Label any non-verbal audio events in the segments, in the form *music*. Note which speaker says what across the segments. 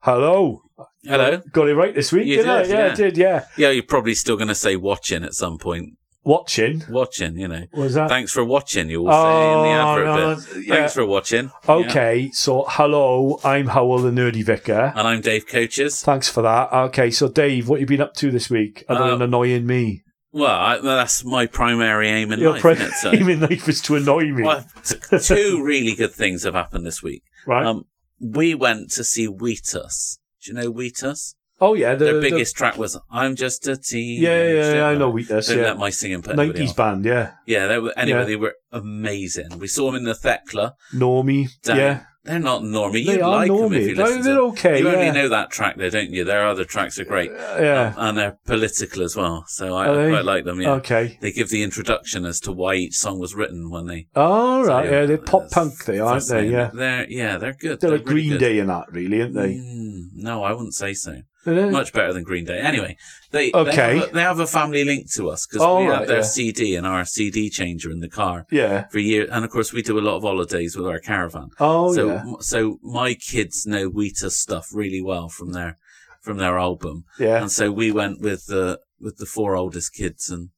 Speaker 1: Hello.
Speaker 2: Hello.
Speaker 1: Got it right this week,
Speaker 2: You
Speaker 1: didn't I?
Speaker 2: did,
Speaker 1: Yeah,
Speaker 2: yeah.
Speaker 1: I did, yeah.
Speaker 2: Yeah, you're probably still going to say watching at some point.
Speaker 1: Watching.
Speaker 2: Watching, you know.
Speaker 1: Was that?
Speaker 2: Thanks for watching, you'll say in the advert
Speaker 1: Oh, no,
Speaker 2: bit.
Speaker 1: that's- yeah.
Speaker 2: Thanks for watching. Yeah.
Speaker 1: Okay, so hello, I'm Howell the Nerdy Vicar.
Speaker 2: And I'm Dave Coaches.
Speaker 1: Thanks for that. Okay, so Dave, what you been up to this week other
Speaker 2: Uh,
Speaker 1: than annoying me?
Speaker 2: Well, I, that's my primary aim in
Speaker 1: Your
Speaker 2: life,
Speaker 1: prime *laughs*
Speaker 2: isn't it? So,
Speaker 1: aim in life is to annoy me,
Speaker 2: well, t- two really good things have happened this week.
Speaker 1: right?
Speaker 2: Um, we went to see Wheatus. Do you know Wheatus?
Speaker 1: oh yeah, the,
Speaker 2: Their
Speaker 1: the-
Speaker 2: biggest track was "I'm Just a Teen."
Speaker 1: yeah, yeah, yeah, I know Wheatus.
Speaker 2: Don't
Speaker 1: Yeah,
Speaker 2: let my singing put anybody
Speaker 1: nineties
Speaker 2: off.
Speaker 1: band. Yeah,
Speaker 2: Yeah, they were, anyway,
Speaker 1: Yeah.
Speaker 2: they were amazing. We saw them in the Thekla.
Speaker 1: Normie.
Speaker 2: Down.
Speaker 1: Yeah,
Speaker 2: They're not normie.
Speaker 1: they
Speaker 2: You'd
Speaker 1: are
Speaker 2: like them if
Speaker 1: Normie.
Speaker 2: you listen
Speaker 1: They're,
Speaker 2: to
Speaker 1: they're
Speaker 2: them.
Speaker 1: okay.
Speaker 2: You
Speaker 1: yeah.
Speaker 2: only know that track, though, don't you? Their other tracks are great.
Speaker 1: yeah.
Speaker 2: Um, and they're political as well. So I,
Speaker 1: Are
Speaker 2: I
Speaker 1: they?
Speaker 2: quite like them, yeah.
Speaker 1: Okay.
Speaker 2: They give the introduction as to why each song was written when they.
Speaker 1: All
Speaker 2: so,
Speaker 1: right. yeah, they're pop
Speaker 2: that's
Speaker 1: punk. They aren't they?
Speaker 2: fascinating.
Speaker 1: Yeah.
Speaker 2: They're, yeah, they're good.
Speaker 1: They're like
Speaker 2: really
Speaker 1: Green
Speaker 2: good.
Speaker 1: Day and that, really, aren't they?
Speaker 2: Mm, no, I wouldn't say so.
Speaker 1: Are they?
Speaker 2: Much better than Green Day. Anyway, they they,
Speaker 1: Okay.
Speaker 2: have, a, they have a family link to us because
Speaker 1: Oh,
Speaker 2: we
Speaker 1: right,
Speaker 2: have their
Speaker 1: yeah.
Speaker 2: CD and our CD changer in the car
Speaker 1: Yeah.
Speaker 2: for years. And of course, we do a lot of holidays with our caravan.
Speaker 1: Oh
Speaker 2: so,
Speaker 1: yeah.
Speaker 2: so my kids know Wheatus stuff really well from their from their album,
Speaker 1: Yeah.
Speaker 2: and so we went with the with the four oldest kids and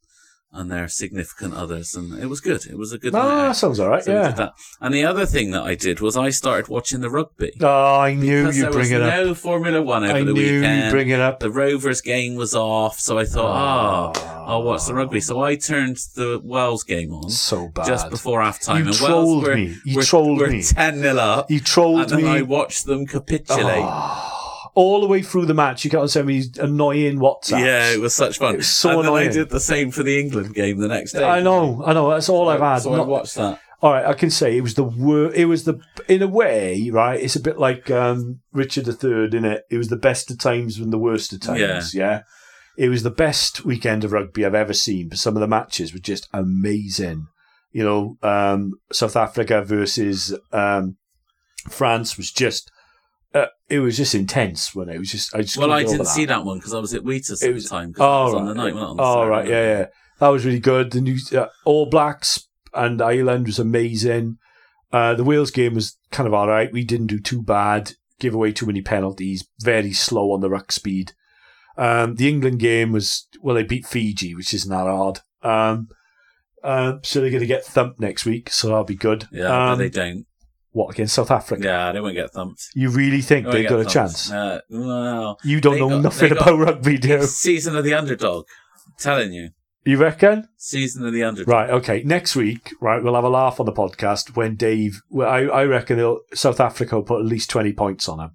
Speaker 2: and their significant others, and it was good. It was a good
Speaker 1: No,
Speaker 2: night.
Speaker 1: that
Speaker 2: out.
Speaker 1: sounds all right.
Speaker 2: So we did
Speaker 1: Ah, yeah.
Speaker 2: that. And the other thing that I did was I started watching the rugby.
Speaker 1: Oh, I knew
Speaker 2: Because
Speaker 1: you'd
Speaker 2: there
Speaker 1: bring
Speaker 2: was
Speaker 1: it up.
Speaker 2: no Formula One over
Speaker 1: I
Speaker 2: the
Speaker 1: knew you'd
Speaker 2: weekend.
Speaker 1: bring it up.
Speaker 2: the Rovers game was off, so I thought, oh, I'll watch the rugby. So I turned the Wales game on
Speaker 1: So bad.
Speaker 2: um, just before half time.
Speaker 1: You
Speaker 2: and
Speaker 1: trolled
Speaker 2: Wales were,
Speaker 1: me. You
Speaker 2: were,
Speaker 1: trolled
Speaker 2: were
Speaker 1: me.
Speaker 2: 10 0 up.
Speaker 1: You trolled
Speaker 2: and then
Speaker 1: me.
Speaker 2: I watched them capitulate.
Speaker 1: Oh, all the way through the match, you got to send me these annoying WhatsApps.
Speaker 2: yeah, it was such fun.
Speaker 1: It was so
Speaker 2: and then I
Speaker 1: annoying.
Speaker 2: did the same for the England game the next day.
Speaker 1: I know, I know. That's all I've had.
Speaker 2: So I
Speaker 1: Not-
Speaker 2: watched that.
Speaker 1: all right, I can say it was the worst. It was the, in a way, right? It's a bit like um, Richard III, in it. It was the best of times and the worst of times. Yeah. It was the best weekend of rugby I've ever seen. But some of the matches were just amazing. You know, um, South Africa versus um, France was just. Uh, it was just intense when it It was just. I just
Speaker 2: Well,
Speaker 1: couldn't
Speaker 2: I
Speaker 1: get over
Speaker 2: didn't
Speaker 1: that.
Speaker 2: see that one because I was at Wheatus
Speaker 1: It
Speaker 2: at
Speaker 1: was-
Speaker 2: the time. 'cause
Speaker 1: Oh,
Speaker 2: it was
Speaker 1: right.
Speaker 2: on the night, not on the
Speaker 1: Oh,
Speaker 2: Saturday
Speaker 1: right.
Speaker 2: night.
Speaker 1: Yeah, yeah. That was really good. The new uh, All Blacks and Ireland was amazing. Uh, the Wales game was kind of all right. We didn't do too bad. Give away too many penalties. Very slow on the ruck speed. Um, the England game was well, they beat Fiji, which isn't that hard. Um, uh, so they're going to get thumped next week, so that'll be good.
Speaker 2: Yeah,
Speaker 1: um,
Speaker 2: but they don't.
Speaker 1: what against South Africa?
Speaker 2: Yeah, they won't get thumped.
Speaker 1: You really think
Speaker 2: They
Speaker 1: they've got a
Speaker 2: won't get thumped.
Speaker 1: chance?
Speaker 2: Uh, well,
Speaker 1: You don't
Speaker 2: They
Speaker 1: know
Speaker 2: got-
Speaker 1: nothing
Speaker 2: they got-
Speaker 1: about rugby, do you?
Speaker 2: season of the underdog. telling you,
Speaker 1: You reckon?
Speaker 2: season of the underdog.
Speaker 1: Right. Okay. Next week, right, we'll have a laugh on the podcast when Dave. Well, I, I reckon he'll, South Africa will put at least twenty points on him.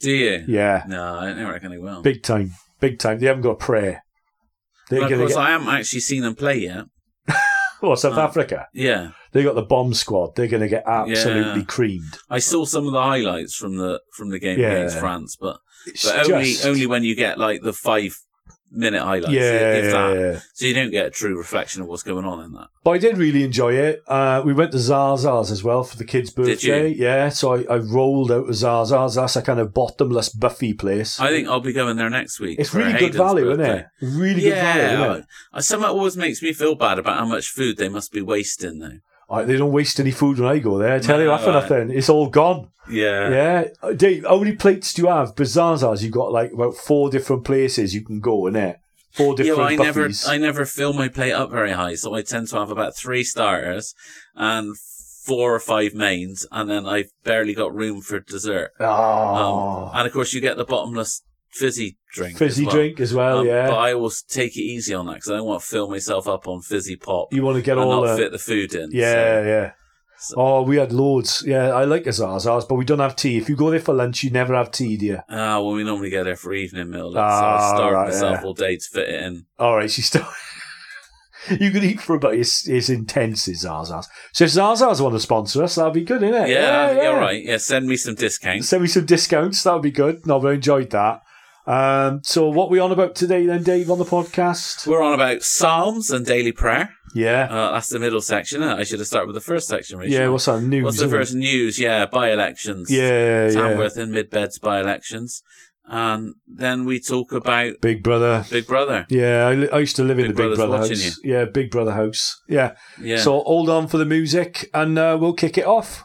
Speaker 2: Do you?
Speaker 1: Yeah,
Speaker 2: No, I don't reckon they will.
Speaker 1: big time, big time. They haven't got a prayer. They're
Speaker 2: Well, of
Speaker 1: gonna
Speaker 2: course,
Speaker 1: get.
Speaker 2: I haven't actually seen them play yet.
Speaker 1: well, South
Speaker 2: uh,
Speaker 1: Africa.
Speaker 2: Yeah,
Speaker 1: They got the bomb squad. They're going to get absolutely
Speaker 2: Yeah.
Speaker 1: creamed.
Speaker 2: I saw some of the highlights from the from the game
Speaker 1: Yeah.
Speaker 2: against France, but,
Speaker 1: It's
Speaker 2: but only
Speaker 1: just-
Speaker 2: only when you get like the five minute highlights,
Speaker 1: yeah,
Speaker 2: if
Speaker 1: yeah,
Speaker 2: that.
Speaker 1: yeah.
Speaker 2: So you don't get a true reflection of what's going on in that.
Speaker 1: But I did really enjoy it. Uh, we went to Zaza's as well for the kids'
Speaker 2: Did you?
Speaker 1: birthday. Yeah, so I, I rolled out to Zaza's. That's a kind of bottomless buffy place.
Speaker 2: I think I'll be going there next week.
Speaker 1: it's
Speaker 2: for
Speaker 1: really good
Speaker 2: Hayden's
Speaker 1: value, isn't
Speaker 2: birthday.
Speaker 1: it? Really good value,
Speaker 2: yeah,
Speaker 1: isn't it?
Speaker 2: Uh, something always makes me feel bad about how much food they must be wasting, though.
Speaker 1: I, they don't waste any food when I go there. I tell you
Speaker 2: No,
Speaker 1: after
Speaker 2: right.
Speaker 1: nothing, it's all gone.
Speaker 2: Yeah,
Speaker 1: Yeah, Uh, Dave. How many plates do you have? Bazaars, you've got like about four different places you can go in there. Four
Speaker 2: Yeah, well,
Speaker 1: different
Speaker 2: I never,
Speaker 1: buffets.
Speaker 2: I never fill my plate up very high, so I tend to have about three starters and four or five mains, and then I've barely got room for dessert. Um,
Speaker 1: oh,
Speaker 2: and of course, you get the bottomless fizzy drink.
Speaker 1: fizzy
Speaker 2: as well.
Speaker 1: drink as well.
Speaker 2: Um,
Speaker 1: Oh, yeah,
Speaker 2: But I will take it easy on that because I don't want to fill myself up on fizzy pop
Speaker 1: you want to get
Speaker 2: and
Speaker 1: all
Speaker 2: not
Speaker 1: the
Speaker 2: fit the food in.
Speaker 1: yeah,
Speaker 2: so-
Speaker 1: yeah.
Speaker 2: so-
Speaker 1: Oh, we had loads. Yeah, I like Azazars, but we don't have tea. If you go there for lunch, you never have tea, do you?
Speaker 2: Ah, well, we normally go there for evening meal, like,
Speaker 1: Ah,
Speaker 2: so I starve
Speaker 1: right,
Speaker 2: myself
Speaker 1: yeah.
Speaker 2: all day to fit it in.
Speaker 1: All right, she's still. *laughs* you could eat for about as, as intense as Zazas. So if Zazas want to sponsor us, that'd be good, isn't
Speaker 2: Yeah,
Speaker 1: it?
Speaker 2: yeah, all right. Yeah, send me some discounts.
Speaker 1: send me some discounts. That would be good. No, I enjoyed that. Um, so what we on about today then, Dave, on the podcast?
Speaker 2: We're on about Psalms and daily prayer.
Speaker 1: Yeah,
Speaker 2: Uh, that's the middle section. isn't it? I should have started with the first section. Rachel.
Speaker 1: yeah. What's that news?
Speaker 2: What's the
Speaker 1: isn't it?
Speaker 2: first news? Yeah, by elections.
Speaker 1: Yeah, yeah.
Speaker 2: Tamworth and Midbeds by elections. And then we talk about
Speaker 1: Big Brother.
Speaker 2: Big Brother.
Speaker 1: Yeah, I, li- I used to live in
Speaker 2: Big
Speaker 1: the Big
Speaker 2: Brother's
Speaker 1: Brother
Speaker 2: watching
Speaker 1: house. Yeah, Big Brother house. Yeah.
Speaker 2: Yeah.
Speaker 1: So hold on for the music, and uh, we'll kick it off.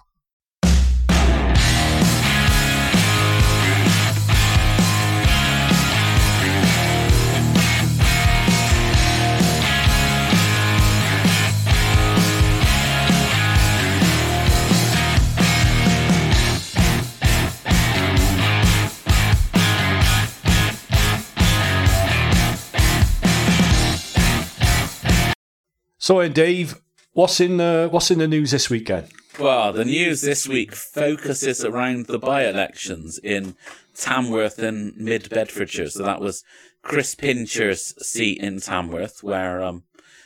Speaker 1: So, and Dave, what's in the what's in the news this weekend?
Speaker 2: Well, the news this week focuses around the by elections in Tamworth and Mid Bedfordshire. So that was Chris Pincher's seat in Tamworth, where um,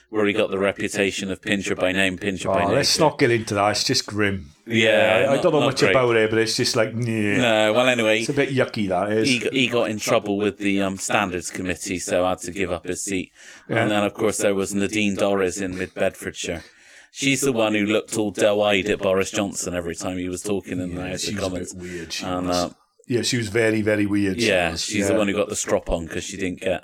Speaker 2: where he got the reputation of Pincher by name, Pincher by
Speaker 1: Oh,
Speaker 2: name.
Speaker 1: let's not get into that. It's just grim.
Speaker 2: Yeah,
Speaker 1: I- I
Speaker 2: not-
Speaker 1: don't know
Speaker 2: not
Speaker 1: much
Speaker 2: great.
Speaker 1: about it, but it's just like, yeah.
Speaker 2: No, well, anyway,
Speaker 1: It's a bit yucky, that is.
Speaker 2: he, he got in trouble with the um, standards committee, so had to give up his seat.
Speaker 1: Yeah.
Speaker 2: And then, of course, there was Nadine Dorries in Mid Bedfordshire. She's the one who looked all doe-eyed at Boris Johnson every time he was talking in the House
Speaker 1: she
Speaker 2: of
Speaker 1: was a bit
Speaker 2: Commons.
Speaker 1: weird. She
Speaker 2: And
Speaker 1: was.
Speaker 2: uh,
Speaker 1: yeah, she was very, very weird. she
Speaker 2: yeah,
Speaker 1: was.
Speaker 2: she's the one who got the strop on because she didn't get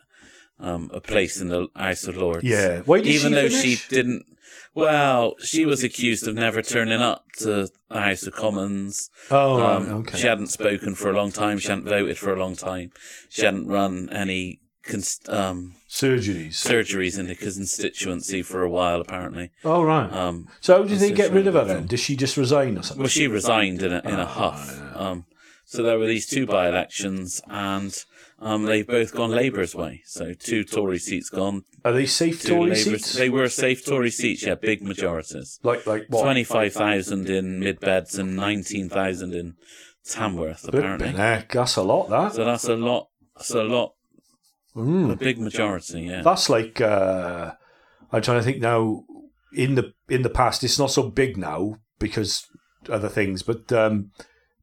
Speaker 2: um, a place in the House of Lords.
Speaker 1: Yeah. Why did
Speaker 2: even
Speaker 1: she
Speaker 2: though
Speaker 1: finish?
Speaker 2: she didn't. Well, she was accused of never turning up to the House of Commons.
Speaker 1: Oh, right,
Speaker 2: Um,
Speaker 1: okay.
Speaker 2: She hadn't spoken for a long time. She hadn't voted for a long time. She hadn't run any cons- um,
Speaker 1: Surgeries.
Speaker 2: surgeries in the constituency for a while, apparently.
Speaker 1: oh, right.
Speaker 2: Um,
Speaker 1: so how did they
Speaker 2: it's
Speaker 1: get rid of her
Speaker 2: really
Speaker 1: then? Did she just resign or something?
Speaker 2: well, she resigned in a, in a huff. Um, so there were these two by elections, and um, they've both gone Labour's way. So two Tory seats gone,
Speaker 1: Are they safe
Speaker 2: two
Speaker 1: Tory
Speaker 2: Labour.
Speaker 1: seats?
Speaker 2: They were safe Tory seats, yeah, big majorities.
Speaker 1: like, like what?
Speaker 2: 25,000 in Midbeds and 19,000 in Tamworth, apparently.
Speaker 1: Flippin' heck, that's a lot, that.
Speaker 2: So that's a lot. That's a lot.
Speaker 1: Mm.
Speaker 2: A big majority, yeah.
Speaker 1: That's like uh, I'm trying to think now. In the in the past, it's not so big now because other things. But um,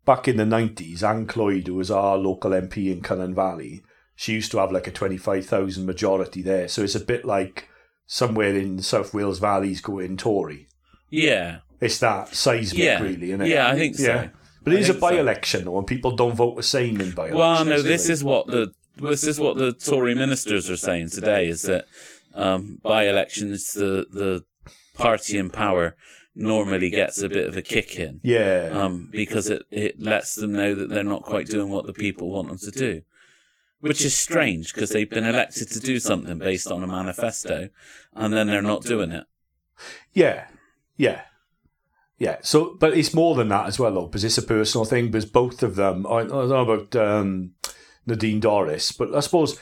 Speaker 1: back in the nineties, Anne Cloyd, who was our local MP in Cullen Valley, she used to have like a twenty five thousand majority there. So it's a bit like somewhere in South Wales Valley's going Tory.
Speaker 2: yeah,
Speaker 1: It's that seismic,
Speaker 2: yeah,
Speaker 1: really, isn't it?
Speaker 2: yeah. I think so.
Speaker 1: Yeah. But it
Speaker 2: I
Speaker 1: is a
Speaker 2: think so.
Speaker 1: by-election, though, and people don't vote the same in by-elections.
Speaker 2: Well, no,
Speaker 1: do
Speaker 2: this
Speaker 1: they?
Speaker 2: is what the this is what the Tory ministers are saying today is that um, by elections the the party in power normally gets a bit of a kick in
Speaker 1: yeah.
Speaker 2: um, because it it lets them know that they're not quite doing what the people want them to do. Which is strange because they've been elected to do something based on a manifesto, and then they're not doing it.
Speaker 1: Yeah, yeah, yeah. So, but it's more than that as well, though, because it's a personal thing. Because both of them, I, I don't know about um, Nadine Doris, but I suppose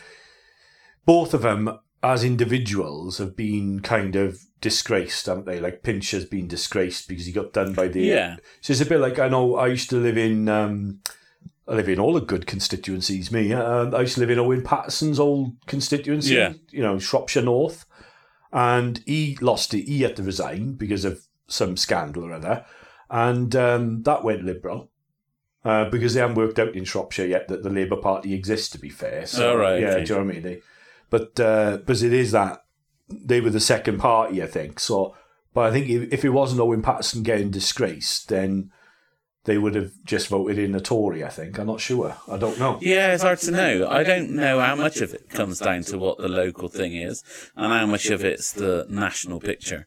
Speaker 1: both of them as individuals have been kind of disgraced, haven't they? Like Pinch has been disgraced because he got done by the
Speaker 2: yeah.
Speaker 1: so it's a bit like I know I used to live in. Um, I live in all the good constituencies. Me, um, I used to live in Owen Patterson's old constituency.
Speaker 2: Yeah.
Speaker 1: You know, Shropshire North, and he lost it. He had to resign because of some scandal or other, and um, that went Liberal. Uh, because they haven't worked out in Shropshire yet that the Labour Party exists. To be fair, so
Speaker 2: Oh, right,
Speaker 1: yeah,
Speaker 2: okay.
Speaker 1: do you know what I mean? They- but uh, because it is that they were the second party, I think. So, but I think if, if it wasn't Owen Patterson getting disgraced, then they would have just voted in a Tory. I think. I'm not sure. I don't know.
Speaker 2: Yeah, it's hard to know. I don't know how much of it comes down to what the local thing is and how much of it's the national picture.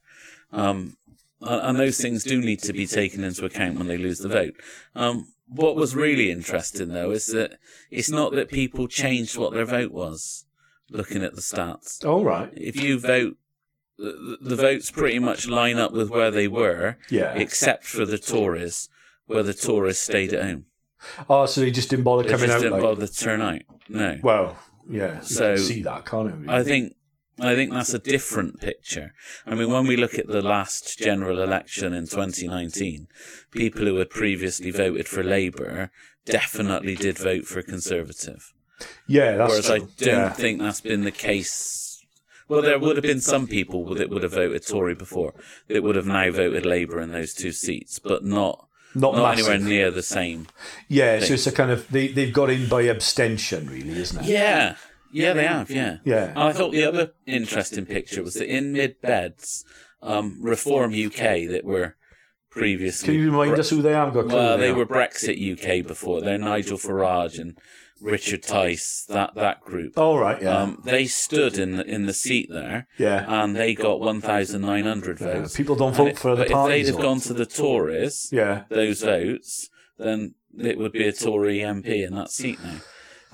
Speaker 2: Um, and and those things do need to be taken into account when they lose the vote. Um, what was really interesting, though, is that it's not that people changed what their vote was looking at the stats.
Speaker 1: All right.
Speaker 2: If you vote, the, the votes pretty much line up with where they were,
Speaker 1: Yeah.
Speaker 2: except for the Tories, where the Tories stayed at home.
Speaker 1: oh, so they just didn't bother
Speaker 2: They
Speaker 1: coming
Speaker 2: just
Speaker 1: out.
Speaker 2: didn't
Speaker 1: like,
Speaker 2: bother to turn out. No.
Speaker 1: Well, yeah. So
Speaker 2: So-
Speaker 1: you can see that, can't you?
Speaker 2: I think I think that's a different picture. I mean, when we look at the last general election in 2019, people who had previously voted for Labour definitely did vote for Conservative.
Speaker 1: yeah, that's
Speaker 2: Whereas
Speaker 1: true.
Speaker 2: I don't
Speaker 1: yeah.
Speaker 2: think that's been the case. Well, there would have been some people that would have voted Tory before that would have now voted Labour in those two seats, but not
Speaker 1: not,
Speaker 2: not
Speaker 1: massive.
Speaker 2: anywhere near the same.
Speaker 1: yeah, so it's a kind of they they've got in by abstention, really, isn't it?
Speaker 2: Yeah. Yeah, they have, yeah.
Speaker 1: Yeah.
Speaker 2: And I thought the other interesting picture was that in mid beds, um, Reform UK that were previously.
Speaker 1: Can you remind us who they are? I've got a clue
Speaker 2: Well,
Speaker 1: who
Speaker 2: they
Speaker 1: are.
Speaker 2: were Brexit UK before. They're Nigel Farage and Richard Tice, that, that group.
Speaker 1: All right. Oh, Yeah.
Speaker 2: Um, they stood in the, in the seat there
Speaker 1: yeah.
Speaker 2: and they got 1,900
Speaker 1: Yeah,
Speaker 2: votes.
Speaker 1: People don't
Speaker 2: uh, And
Speaker 1: vote
Speaker 2: it-
Speaker 1: for the
Speaker 2: But if
Speaker 1: parties.
Speaker 2: they'd have
Speaker 1: though.
Speaker 2: gone to the Tories,
Speaker 1: yeah.
Speaker 2: those votes, then it would be a Tory MP in that seat now.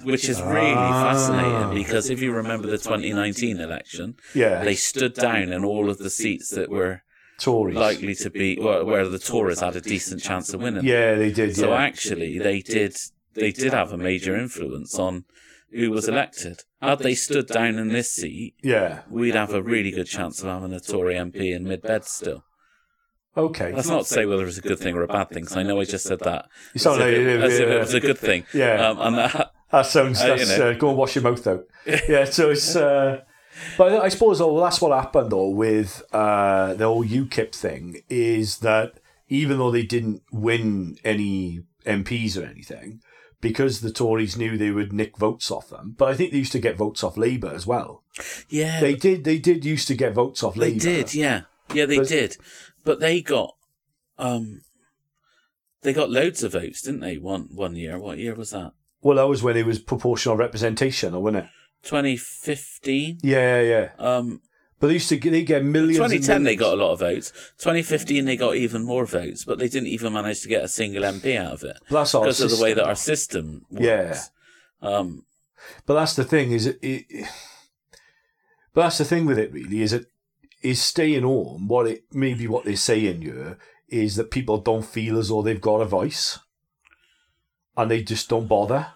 Speaker 2: Which is really
Speaker 1: Ah.
Speaker 2: fascinating because if you remember the 2019 election,
Speaker 1: Yeah.
Speaker 2: they stood down in all of the seats that were
Speaker 1: Tories.
Speaker 2: likely to be, well, where the Tories had a decent chance of winning.
Speaker 1: yeah, they did.
Speaker 2: So
Speaker 1: yeah.
Speaker 2: actually, they did they did have a major influence on who was elected. Had they stood down in this seat,
Speaker 1: Yeah.
Speaker 2: we'd have a really good chance of having a Tory MP in mid bed still.
Speaker 1: Okay.
Speaker 2: That's not to say whether it's a good thing or a bad thing, 'cause I know I just said that
Speaker 1: You
Speaker 2: as
Speaker 1: sound
Speaker 2: if
Speaker 1: like-
Speaker 2: it, as if
Speaker 1: yeah.
Speaker 2: it was a good thing.
Speaker 1: Yeah.
Speaker 2: Um, and that,
Speaker 1: That sounds.
Speaker 2: Uh, you
Speaker 1: That's,
Speaker 2: know.
Speaker 1: uh, go and wash your mouth
Speaker 2: *laughs*
Speaker 1: out. yeah. So it's. Uh, but I suppose though, that's what happened though with uh, the whole UKIP thing is that even though they didn't win any MPs or anything, because the Tories knew they would nick votes off them. But I think they used to get votes off Labour as well.
Speaker 2: yeah,
Speaker 1: They did. They did used to get votes off
Speaker 2: They
Speaker 1: Labour.
Speaker 2: did, yeah, yeah, they
Speaker 1: But-
Speaker 2: did, but they got, um, they got loads of votes, didn't they? One one year, what year was that?
Speaker 1: Well, that was when it was proportional representation, or wasn't it?
Speaker 2: Twenty fifteen.
Speaker 1: Yeah, yeah, yeah.
Speaker 2: Um,
Speaker 1: But they used to get, they get millions. and
Speaker 2: twenty ten, they
Speaker 1: millions.
Speaker 2: got a lot of votes. Twenty fifteen, they got even more votes, but they didn't even manage to get a single MP out of it
Speaker 1: That's our
Speaker 2: because of the way
Speaker 1: Oh, system.
Speaker 2: that our system works. Yeah. Um,
Speaker 1: But that's the thing is it, it. But that's the thing with it really is it is staying home. What it maybe what they're saying here is that people don't feel as though they've got a voice, and they just don't bother.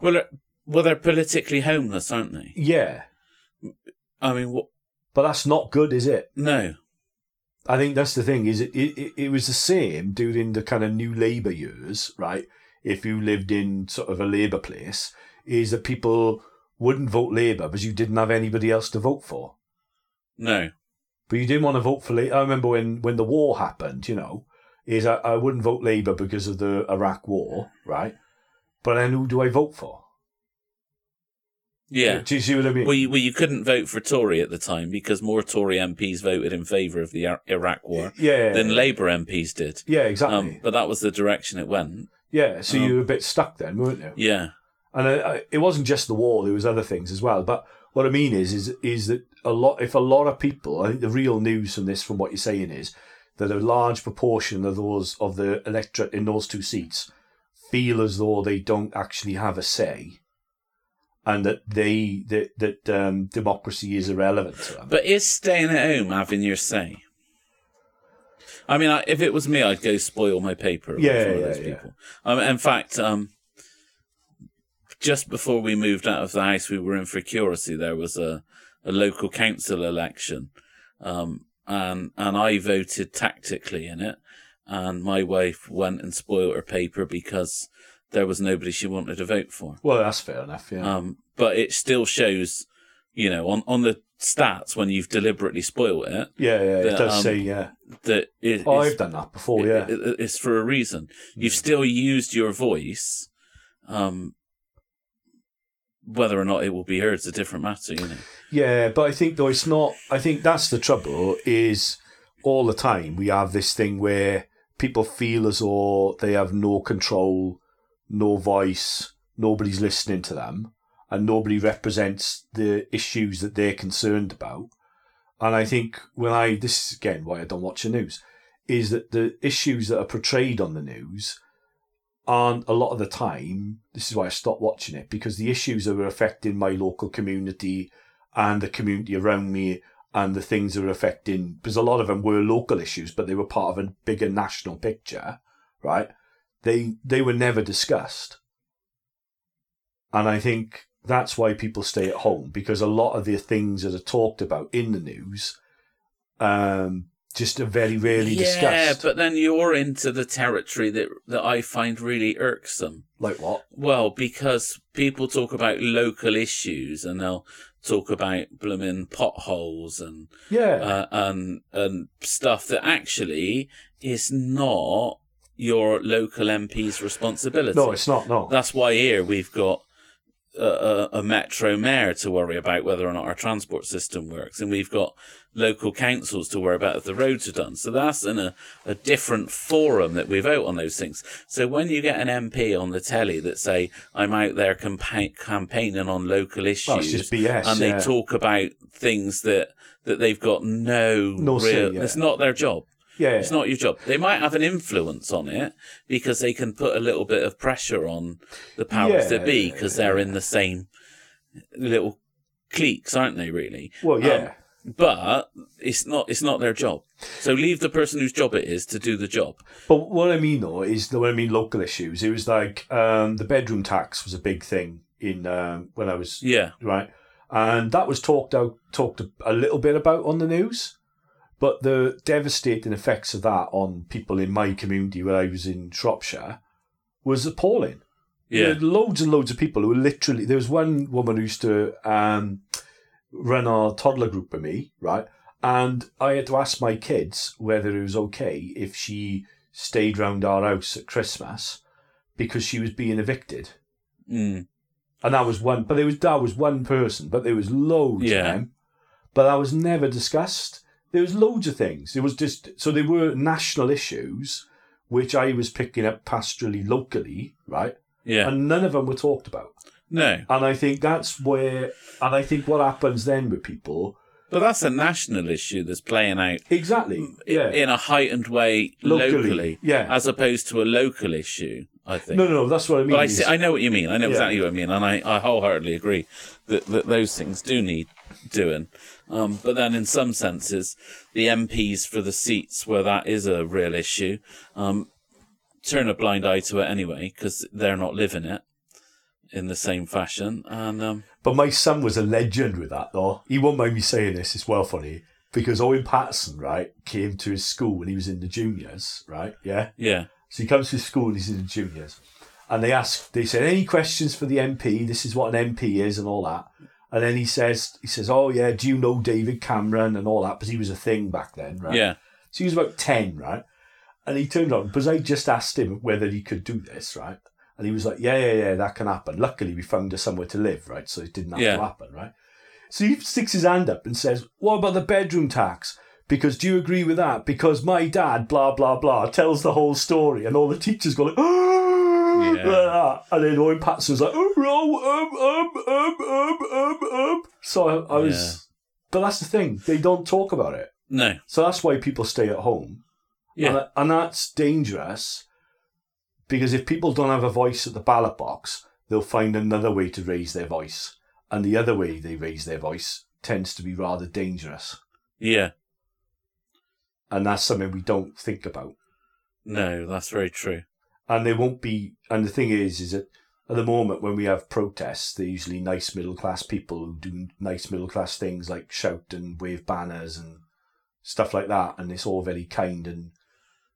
Speaker 2: well, they're- well, they're politically homeless, aren't they?
Speaker 1: Yeah,
Speaker 2: I mean, what?
Speaker 1: but that's not good, is it?
Speaker 2: No.
Speaker 1: I think that's the thing is it, it, it- it was the same during the kind of new Labour years, right? If you lived in sort of a Labour place, is that people wouldn't vote Labour because you didn't have anybody else to vote for.
Speaker 2: No.
Speaker 1: But you didn't want to vote for Labour. I remember when, when the war happened, you know, is I, I wouldn't vote Labour because of the Iraq war, right? But then who do I vote for?
Speaker 2: Yeah.
Speaker 1: Do you see what I mean?
Speaker 2: Well you, well, you couldn't vote for Tory at the time because more Tory MPs voted in favour of the Ar- Iraq War
Speaker 1: yeah.
Speaker 2: than Labour MPs did.
Speaker 1: Yeah, exactly.
Speaker 2: Um, but that was the direction it went.
Speaker 1: yeah, so you
Speaker 2: um,
Speaker 1: were a bit stuck then, weren't you?
Speaker 2: Yeah,
Speaker 1: And I, I, it wasn't just the war; there was other things as well. But what I mean is, is, is that a lot? If a lot of people, I think the real news from this, from what you're saying, is that a large proportion of those of the electorate in those two seats feel as though they don't actually have a say, and that they that that um, democracy is irrelevant to them.
Speaker 2: but is staying at home having your say? I mean, I, if it was me, I'd go spoil my paper. with
Speaker 1: Yeah,
Speaker 2: one of
Speaker 1: yeah,
Speaker 2: those
Speaker 1: yeah.
Speaker 2: people. Um, in fact, um, just before we moved out of the house we were in for curacy, there was a, a local council election, um, and and I voted tactically in it, and my wife went and spoiled her paper because there was nobody she wanted to vote for.
Speaker 1: well, that's fair enough. Yeah,
Speaker 2: Um, but it still shows, you know, on, on the stats when you've deliberately spoiled it
Speaker 1: yeah, yeah. It
Speaker 2: the,
Speaker 1: does
Speaker 2: um,
Speaker 1: say yeah.
Speaker 2: that it,
Speaker 1: Oh,
Speaker 2: it's,
Speaker 1: I've done that before. Yeah, Hmm.
Speaker 2: it- it- it's for a reason. You've still used your voice. Um, whether or not it will be heard is a different matter, you know.
Speaker 1: Yeah, but I think though it's not. I think that's the trouble. Is all the time we have this thing where people feel as though they have no control, no voice, nobody's listening to them, and nobody represents the issues that they're concerned about. And I think when I this is again why I don't watch the news is that the issues that are portrayed on the news aren't a lot of the time. This is why I stopped watching it because the issues that were affecting my local community and the community around me and the things that are affecting because a lot of them were local issues but they were part of a bigger national picture right they they were never discussed and i think that's why people stay at home because a lot of the things that are talked about in the news um just are very rarely
Speaker 2: yeah,
Speaker 1: discussed
Speaker 2: but then you're into the territory that that I find really irksome.
Speaker 1: like what
Speaker 2: Well, because people talk about local issues and they'll talk about blooming potholes and
Speaker 1: yeah
Speaker 2: uh, and and stuff that actually is not your local MP's responsibility.
Speaker 1: no it's not no
Speaker 2: That's why here we've got a, a, a metro mayor to worry about whether or not our transport system works, and we've got local councils to worry about if the roads are done. So that's in a, a different forum that we vote on those things. So when you get an MP on the telly that say, "I'm out there campa- campaigning on local issues,"
Speaker 1: well, it's just bs
Speaker 2: and
Speaker 1: yeah.
Speaker 2: they talk about things that that they've got no,
Speaker 1: No
Speaker 2: real.
Speaker 1: say, yeah.
Speaker 2: It's not their job.
Speaker 1: yeah
Speaker 2: It's not your job. They might have an influence on it because they can put a little bit of pressure on the powers
Speaker 1: Yeah.
Speaker 2: that be because they're in the same little cliques, aren't they? Really?
Speaker 1: well yeah
Speaker 2: Um, but it's not it's not their job. So leave the person whose job it is to do the job.
Speaker 1: But what I mean though is that when I mean local issues, it was like um, the bedroom tax was a big thing in um, when I was
Speaker 2: Yeah,
Speaker 1: right, and that was talked out talked a little bit about on the news. But the devastating effects of that on people in my community where I was in Shropshire was appalling. There
Speaker 2: yeah,
Speaker 1: were loads and loads of people who were literally. There was one woman who used to um, run our toddler group with me, right? And I had to ask my kids whether it was okay if she stayed round our house at Christmas because she was being evicted.
Speaker 2: mm,
Speaker 1: And that was one, but there was that was one person, but there was loads
Speaker 2: Yeah.
Speaker 1: of them. But that was never discussed. There was loads of things. It was just so they were national issues, which I was picking up pastorally locally, right?
Speaker 2: yeah.
Speaker 1: And none of them were talked about.
Speaker 2: No,
Speaker 1: And I think that's where, and I think what happens then with people,
Speaker 2: but that's a national issue that's playing out
Speaker 1: exactly, Mm, yeah,
Speaker 2: in a heightened way
Speaker 1: Locally,
Speaker 2: locally,
Speaker 1: yeah.
Speaker 2: as opposed to a local issue. I think.
Speaker 1: no, no, no, that's what I mean.
Speaker 2: But I,
Speaker 1: is-
Speaker 2: see, I know what you mean. I know
Speaker 1: Yeah.
Speaker 2: exactly what I mean, and I, I wholeheartedly agree that, that those things do need doing. Um, but then, in some senses, the MPs for the seats where that is a real issue um, turn a blind eye to it anyway because they're not living it in the same fashion. And um,
Speaker 1: but my son was a legend with that, though. He won't mind me saying this. It's well funny because Owen Patterson, right, came to his school when he was in the juniors, right, yeah.
Speaker 2: yeah,
Speaker 1: So he comes to his school and he's in the juniors, and they ask, they said, any questions for the MP? This is what an MP is and all that. And then he says, he says, oh yeah, do you know David Cameron and all that? Because he was a thing back then, right?
Speaker 2: yeah,
Speaker 1: So he was about 10, right? And he turned on because I just asked him whether he could do this, right? And he was like, yeah, yeah, yeah, that can happen. Luckily, we found her somewhere to live, right? So it didn't have
Speaker 2: Yeah.
Speaker 1: to happen, right? So he sticks his hand up and says, what about the bedroom tax? Because do you agree with that? Because my dad, blah, blah, blah, tells the whole story. And all the teachers go like, *gasps* oh,
Speaker 2: Yeah.
Speaker 1: like that. And then Owen Patson's like, oh, no, um, um, um, um, um. So I, I was, but that's the thing. They don't talk about it.
Speaker 2: no,
Speaker 1: So that's why people stay at home.
Speaker 2: yeah,
Speaker 1: And, and that's dangerous because if people don't have a voice at the ballot box, they'll find another way to raise their voice. And the other way they raise their voice tends to be rather dangerous.
Speaker 2: yeah.
Speaker 1: And that's something we don't think about.
Speaker 2: No, that's very true.
Speaker 1: And they won't be. And the thing is, is that at the moment when we have protests, they're usually nice middle class people who do nice middle class things like shout and wave banners and stuff like that. And it's all very kind and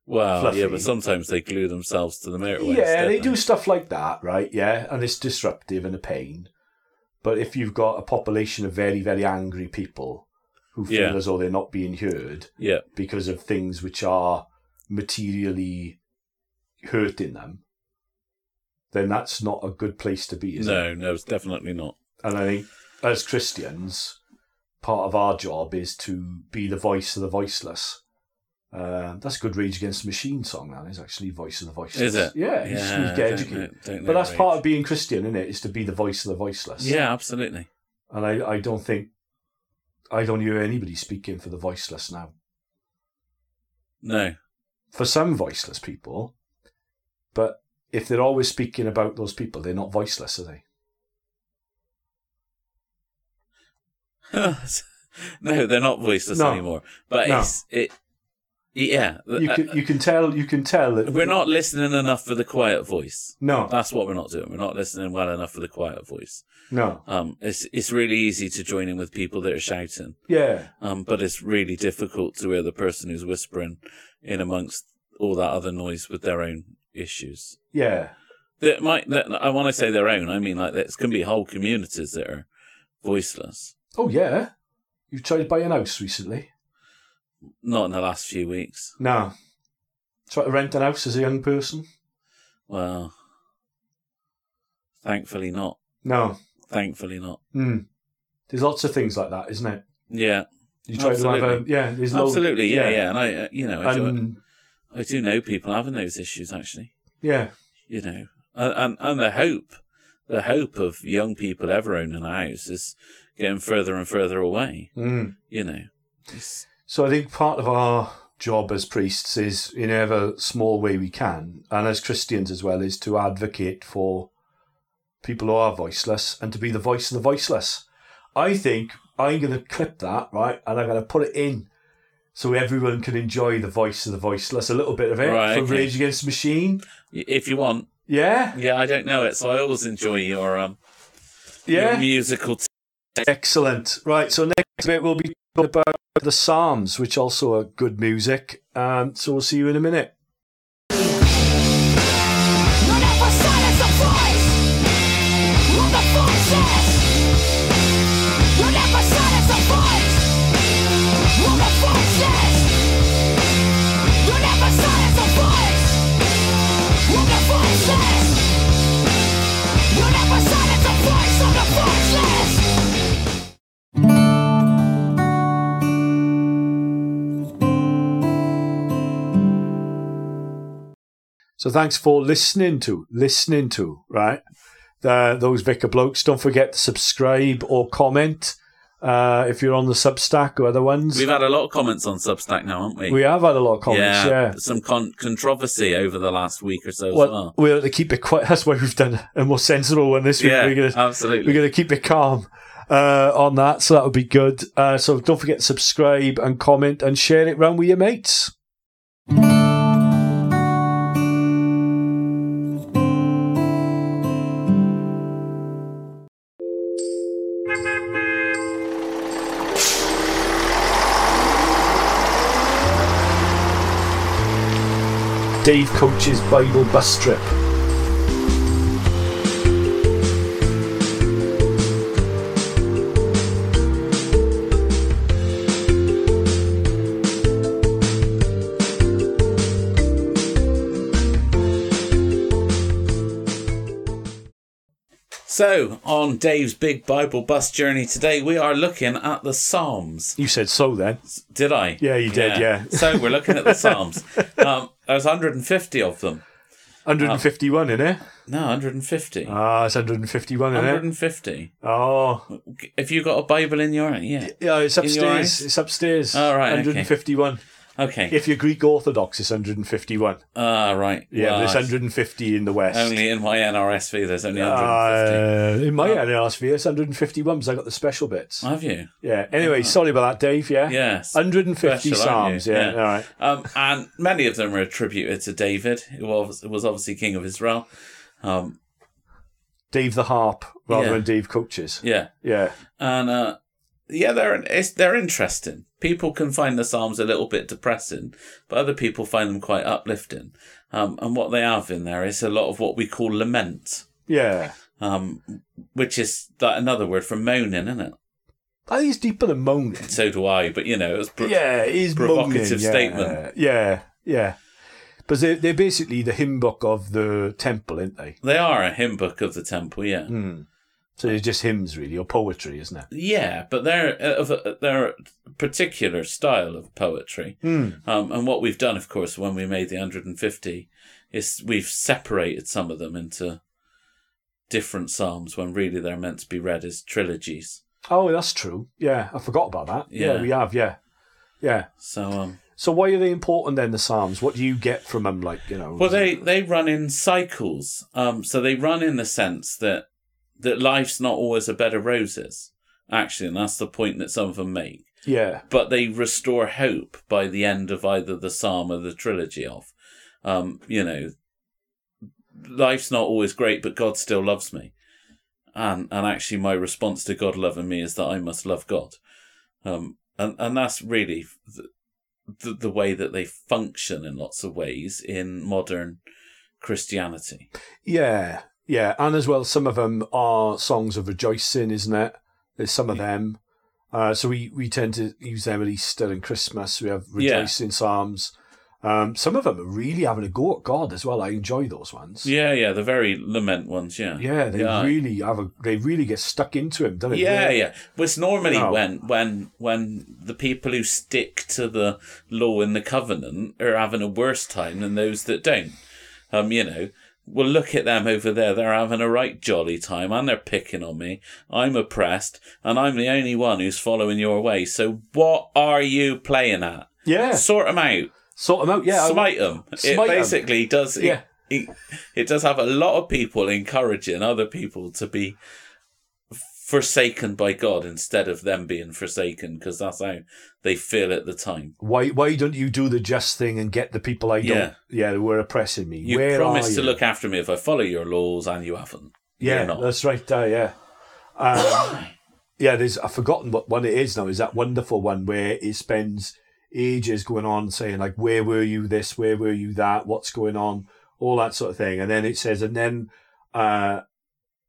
Speaker 2: Well, yeah,
Speaker 1: Fluffy.
Speaker 2: but sometimes they glue themselves to the mirror.
Speaker 1: Yeah, they do stuff like that, right? Yeah, and it's disruptive and a pain. But if you've got a population of very, very angry people who feel
Speaker 2: Yeah.
Speaker 1: as though they're not being heard
Speaker 2: Yeah,
Speaker 1: because of things which are materially hurting them, then that's not a good place to be, is it?
Speaker 2: no, no, it's definitely not.
Speaker 1: And I think as Christians, part of our job is to be the voice of the voiceless. Uh, that's a good Rage Against the Machine song, that is actually Voice of the Voiceless.
Speaker 2: Is it?
Speaker 1: Yeah, you just need to
Speaker 2: I
Speaker 1: get
Speaker 2: don't
Speaker 1: educated.
Speaker 2: know- don't know
Speaker 1: But that's
Speaker 2: Rage.
Speaker 1: part of being Christian, isn't it? Is to be the voice of the voiceless.
Speaker 2: Yeah, absolutely.
Speaker 1: And I, I don't think, I don't hear anybody speaking for the voiceless now.
Speaker 2: No.
Speaker 1: For some voiceless people, but if they're always speaking about those people, they're not voiceless, are they?
Speaker 2: *laughs* no, they're not voiceless
Speaker 1: No.
Speaker 2: anymore. But
Speaker 1: No.
Speaker 2: it's it yeah.
Speaker 1: You
Speaker 2: uh,
Speaker 1: can, you can tell, you can tell that
Speaker 2: we're not listening enough for the quiet voice.
Speaker 1: No,
Speaker 2: That's what we're not doing. We're not listening well enough for the quiet voice.
Speaker 1: no,
Speaker 2: Um it's it's really easy to join in with people that are shouting.
Speaker 1: yeah,
Speaker 2: Um but it's really difficult to hear the person who's whispering in amongst all that other noise with their own issues.
Speaker 1: yeah,
Speaker 2: That might that, I want to say their own, I mean like there's can be whole communities that are voiceless.
Speaker 1: oh yeah. You've tried to buy an house recently?
Speaker 2: Not in the last few weeks.
Speaker 1: No. Try to rent an house as a young person?
Speaker 2: Well, thankfully not.
Speaker 1: No.
Speaker 2: Thankfully not.
Speaker 1: Hmm. There's lots of things like that, isn't it?
Speaker 2: Yeah,
Speaker 1: You try to have a
Speaker 2: Absolutely.
Speaker 1: yeah. There's loads-
Speaker 2: absolutely. Yeah, yeah. And I, uh, you know, I, do,
Speaker 1: And
Speaker 2: I do know people having those issues actually.
Speaker 1: yeah,
Speaker 2: You know, and and, and the hope, the hope of young people ever owning a house is getting further and further away.
Speaker 1: Mm.
Speaker 2: You know, It's-
Speaker 1: So I think part of our job as priests is, in ever small way we can, and as Christians as well, is to advocate for people who are voiceless and to be the voice of the voiceless. I think I'm going to clip that, right? And I'm going to put it in so everyone can enjoy the voice of the voiceless, a little bit of it
Speaker 2: Right,
Speaker 1: from
Speaker 2: okay.
Speaker 1: Rage Against the Machine.
Speaker 2: If you want,
Speaker 1: Yeah,
Speaker 2: yeah, I don't know it, so I always enjoy your um your
Speaker 1: yeah.
Speaker 2: musical. T-
Speaker 1: Excellent. Right, so next bit we'll be talking about the Psalms, which also are good music. Um, so we'll see you in a minute.
Speaker 3: Not ever silence the voice. What the voices? Not ever silence the voice. What the voices? Not ever silence the voice. What the voices? Not ever silence the voice of the voiceless.
Speaker 1: So thanks for listening to, listening to, right? Uh, those Vicar Blokes. Don't forget to subscribe or comment uh, if you're on the Substack or other ones.
Speaker 2: We've had a lot of comments on Substack now, haven't we?
Speaker 1: We have had a lot of comments, yeah.
Speaker 2: some con- controversy over the last week or so as
Speaker 1: Well,
Speaker 2: well.
Speaker 1: we have to keep it quiet. *laughs* That's why we've done a more sensible one this week.
Speaker 2: *laughs* Yeah,
Speaker 1: we're gonna,
Speaker 2: absolutely.
Speaker 1: We're going to keep it calm uh, on that, so that would be good. Uh, so don't forget to subscribe and comment and share it round with your mates. Dave Coach's Bible Bus Trip.
Speaker 2: So, on Dave's big Bible bus journey today, we are looking at the Psalms.
Speaker 1: You said so then.
Speaker 2: Did I?
Speaker 1: Yeah, you did, yeah.
Speaker 2: so, we're looking
Speaker 1: *laughs*
Speaker 2: at the Psalms. Um, there's 150 of them.
Speaker 1: 151 in it.
Speaker 2: No, 150.
Speaker 1: Ah, it's 151 in it.
Speaker 2: 150.
Speaker 1: Oh,
Speaker 2: Have you got a Bible in your hand? Yeah.
Speaker 1: yeah, it's
Speaker 2: In your
Speaker 1: upstairs.
Speaker 2: eyes?
Speaker 1: It's upstairs.
Speaker 2: Oh, right, okay.
Speaker 1: 151.
Speaker 2: Okay.
Speaker 1: If you're Greek Orthodox, it's 151.
Speaker 2: Ah, right.
Speaker 1: Yeah,
Speaker 2: Well,
Speaker 1: but it's 150 in the West.
Speaker 2: Only in my NRSV, there's only 150.
Speaker 1: uh, in my NRSV, it's 151 because I got the special bits.
Speaker 2: Have you?
Speaker 1: Yeah. Anyway, sorry about that, Dave. Yeah.
Speaker 2: Yes.
Speaker 1: 150
Speaker 2: Special, aren't
Speaker 1: psalms.
Speaker 2: you?
Speaker 1: Yeah, All right.
Speaker 2: Um, and many of them are attributed to David, who was, was obviously king of Israel. Um,
Speaker 1: Dave the harp rather
Speaker 2: Yeah.
Speaker 1: than Dave coaches.
Speaker 2: yeah.
Speaker 1: Yeah.
Speaker 2: and uh, yeah, they're it's, they're interesting. People can find the Psalms a little bit depressing, but other people find them quite uplifting. Um, and what they have in there is a lot of what we call lament,
Speaker 1: Yeah.
Speaker 2: um, which is that another word for moaning, isn't it?
Speaker 1: I think it's deeper than moaning.
Speaker 2: So do I, but you know, it's br-
Speaker 1: yeah, it is
Speaker 2: provocative
Speaker 1: moaning, yeah. uh,
Speaker 2: statement.
Speaker 1: Yeah, yeah. But they're, they're basically the hymn book of the temple, aren't they?
Speaker 2: they are a hymn book of the temple, yeah.
Speaker 1: So they're just hymns, really, or poetry, isn't it?
Speaker 2: Yeah, but they're uh, of a, they're a particular style of poetry. Um, and what we've done, of course, when we made the 150, is we've separated some of them into different psalms when really they're meant to be read as trilogies.
Speaker 1: Oh, that's true. Yeah, I forgot about that. Yeah,
Speaker 2: Yeah.
Speaker 1: we have. Yeah, yeah.
Speaker 2: So, um,
Speaker 1: So why are they important then? The Psalms. What do you get from them? Like you know.
Speaker 2: well, they, they run in cycles. Um, so they run in the sense that, that life's not always a bed of roses, actually. And that's the point that some of them make.
Speaker 1: Yeah.
Speaker 2: but they restore hope by the end of either the psalm or the trilogy of um you know life's not always great but god still loves me and and actually my response to god loving me is that i must love god um and and that's really the the, the way that they function in lots of ways in modern christianity
Speaker 1: Yeah. Yeah, and as well, some of them are songs of rejoicing, isn't it? There's some of them. Uh, so we, we tend to use them at Easter and Christmas. We have
Speaker 2: Yeah.
Speaker 1: rejoicing psalms. Um, some of them are really having a go at God as well. I enjoy those ones.
Speaker 2: yeah yeah the very lament ones yeah
Speaker 1: Yeah, they really have a. They really get stuck into him, don't they?
Speaker 2: Yeah, yeah. Well, it's normally
Speaker 1: No.
Speaker 2: when when when the people who stick to the law and the covenant are having a worse time than those that don't. Um, you know, well, look at them over there. They're having a right jolly time, and they're picking on me. I'm oppressed, and I'm the only one who's following your way. So, what are you playing at?
Speaker 1: yeah.
Speaker 2: Sort 'em out.
Speaker 1: Sort them out. Yeah, I-
Speaker 2: Smite 'em.
Speaker 1: Smite
Speaker 2: it
Speaker 1: 'em.
Speaker 2: basically does. It,
Speaker 1: Yeah.
Speaker 2: it, it does have a lot of people encouraging other people to be forsaken by God instead of them being forsaken because that's how they feel at the time.
Speaker 1: Why why don't you do the just thing and get the people I
Speaker 2: Yeah.
Speaker 1: don't yeah who are oppressing me?
Speaker 2: You
Speaker 1: Where
Speaker 2: promised
Speaker 1: are
Speaker 2: to
Speaker 1: you?
Speaker 2: look after me if I follow your laws, and you haven't. You're
Speaker 1: yeah,
Speaker 2: not.
Speaker 1: that's right there. Yeah, um, *coughs* yeah. There's I've forgotten what one it is now. Is that wonderful one where it spends ages going on saying like, "Where were you? This? Where were you? That? What's going on? All that sort of thing." And then it says, and then, uh,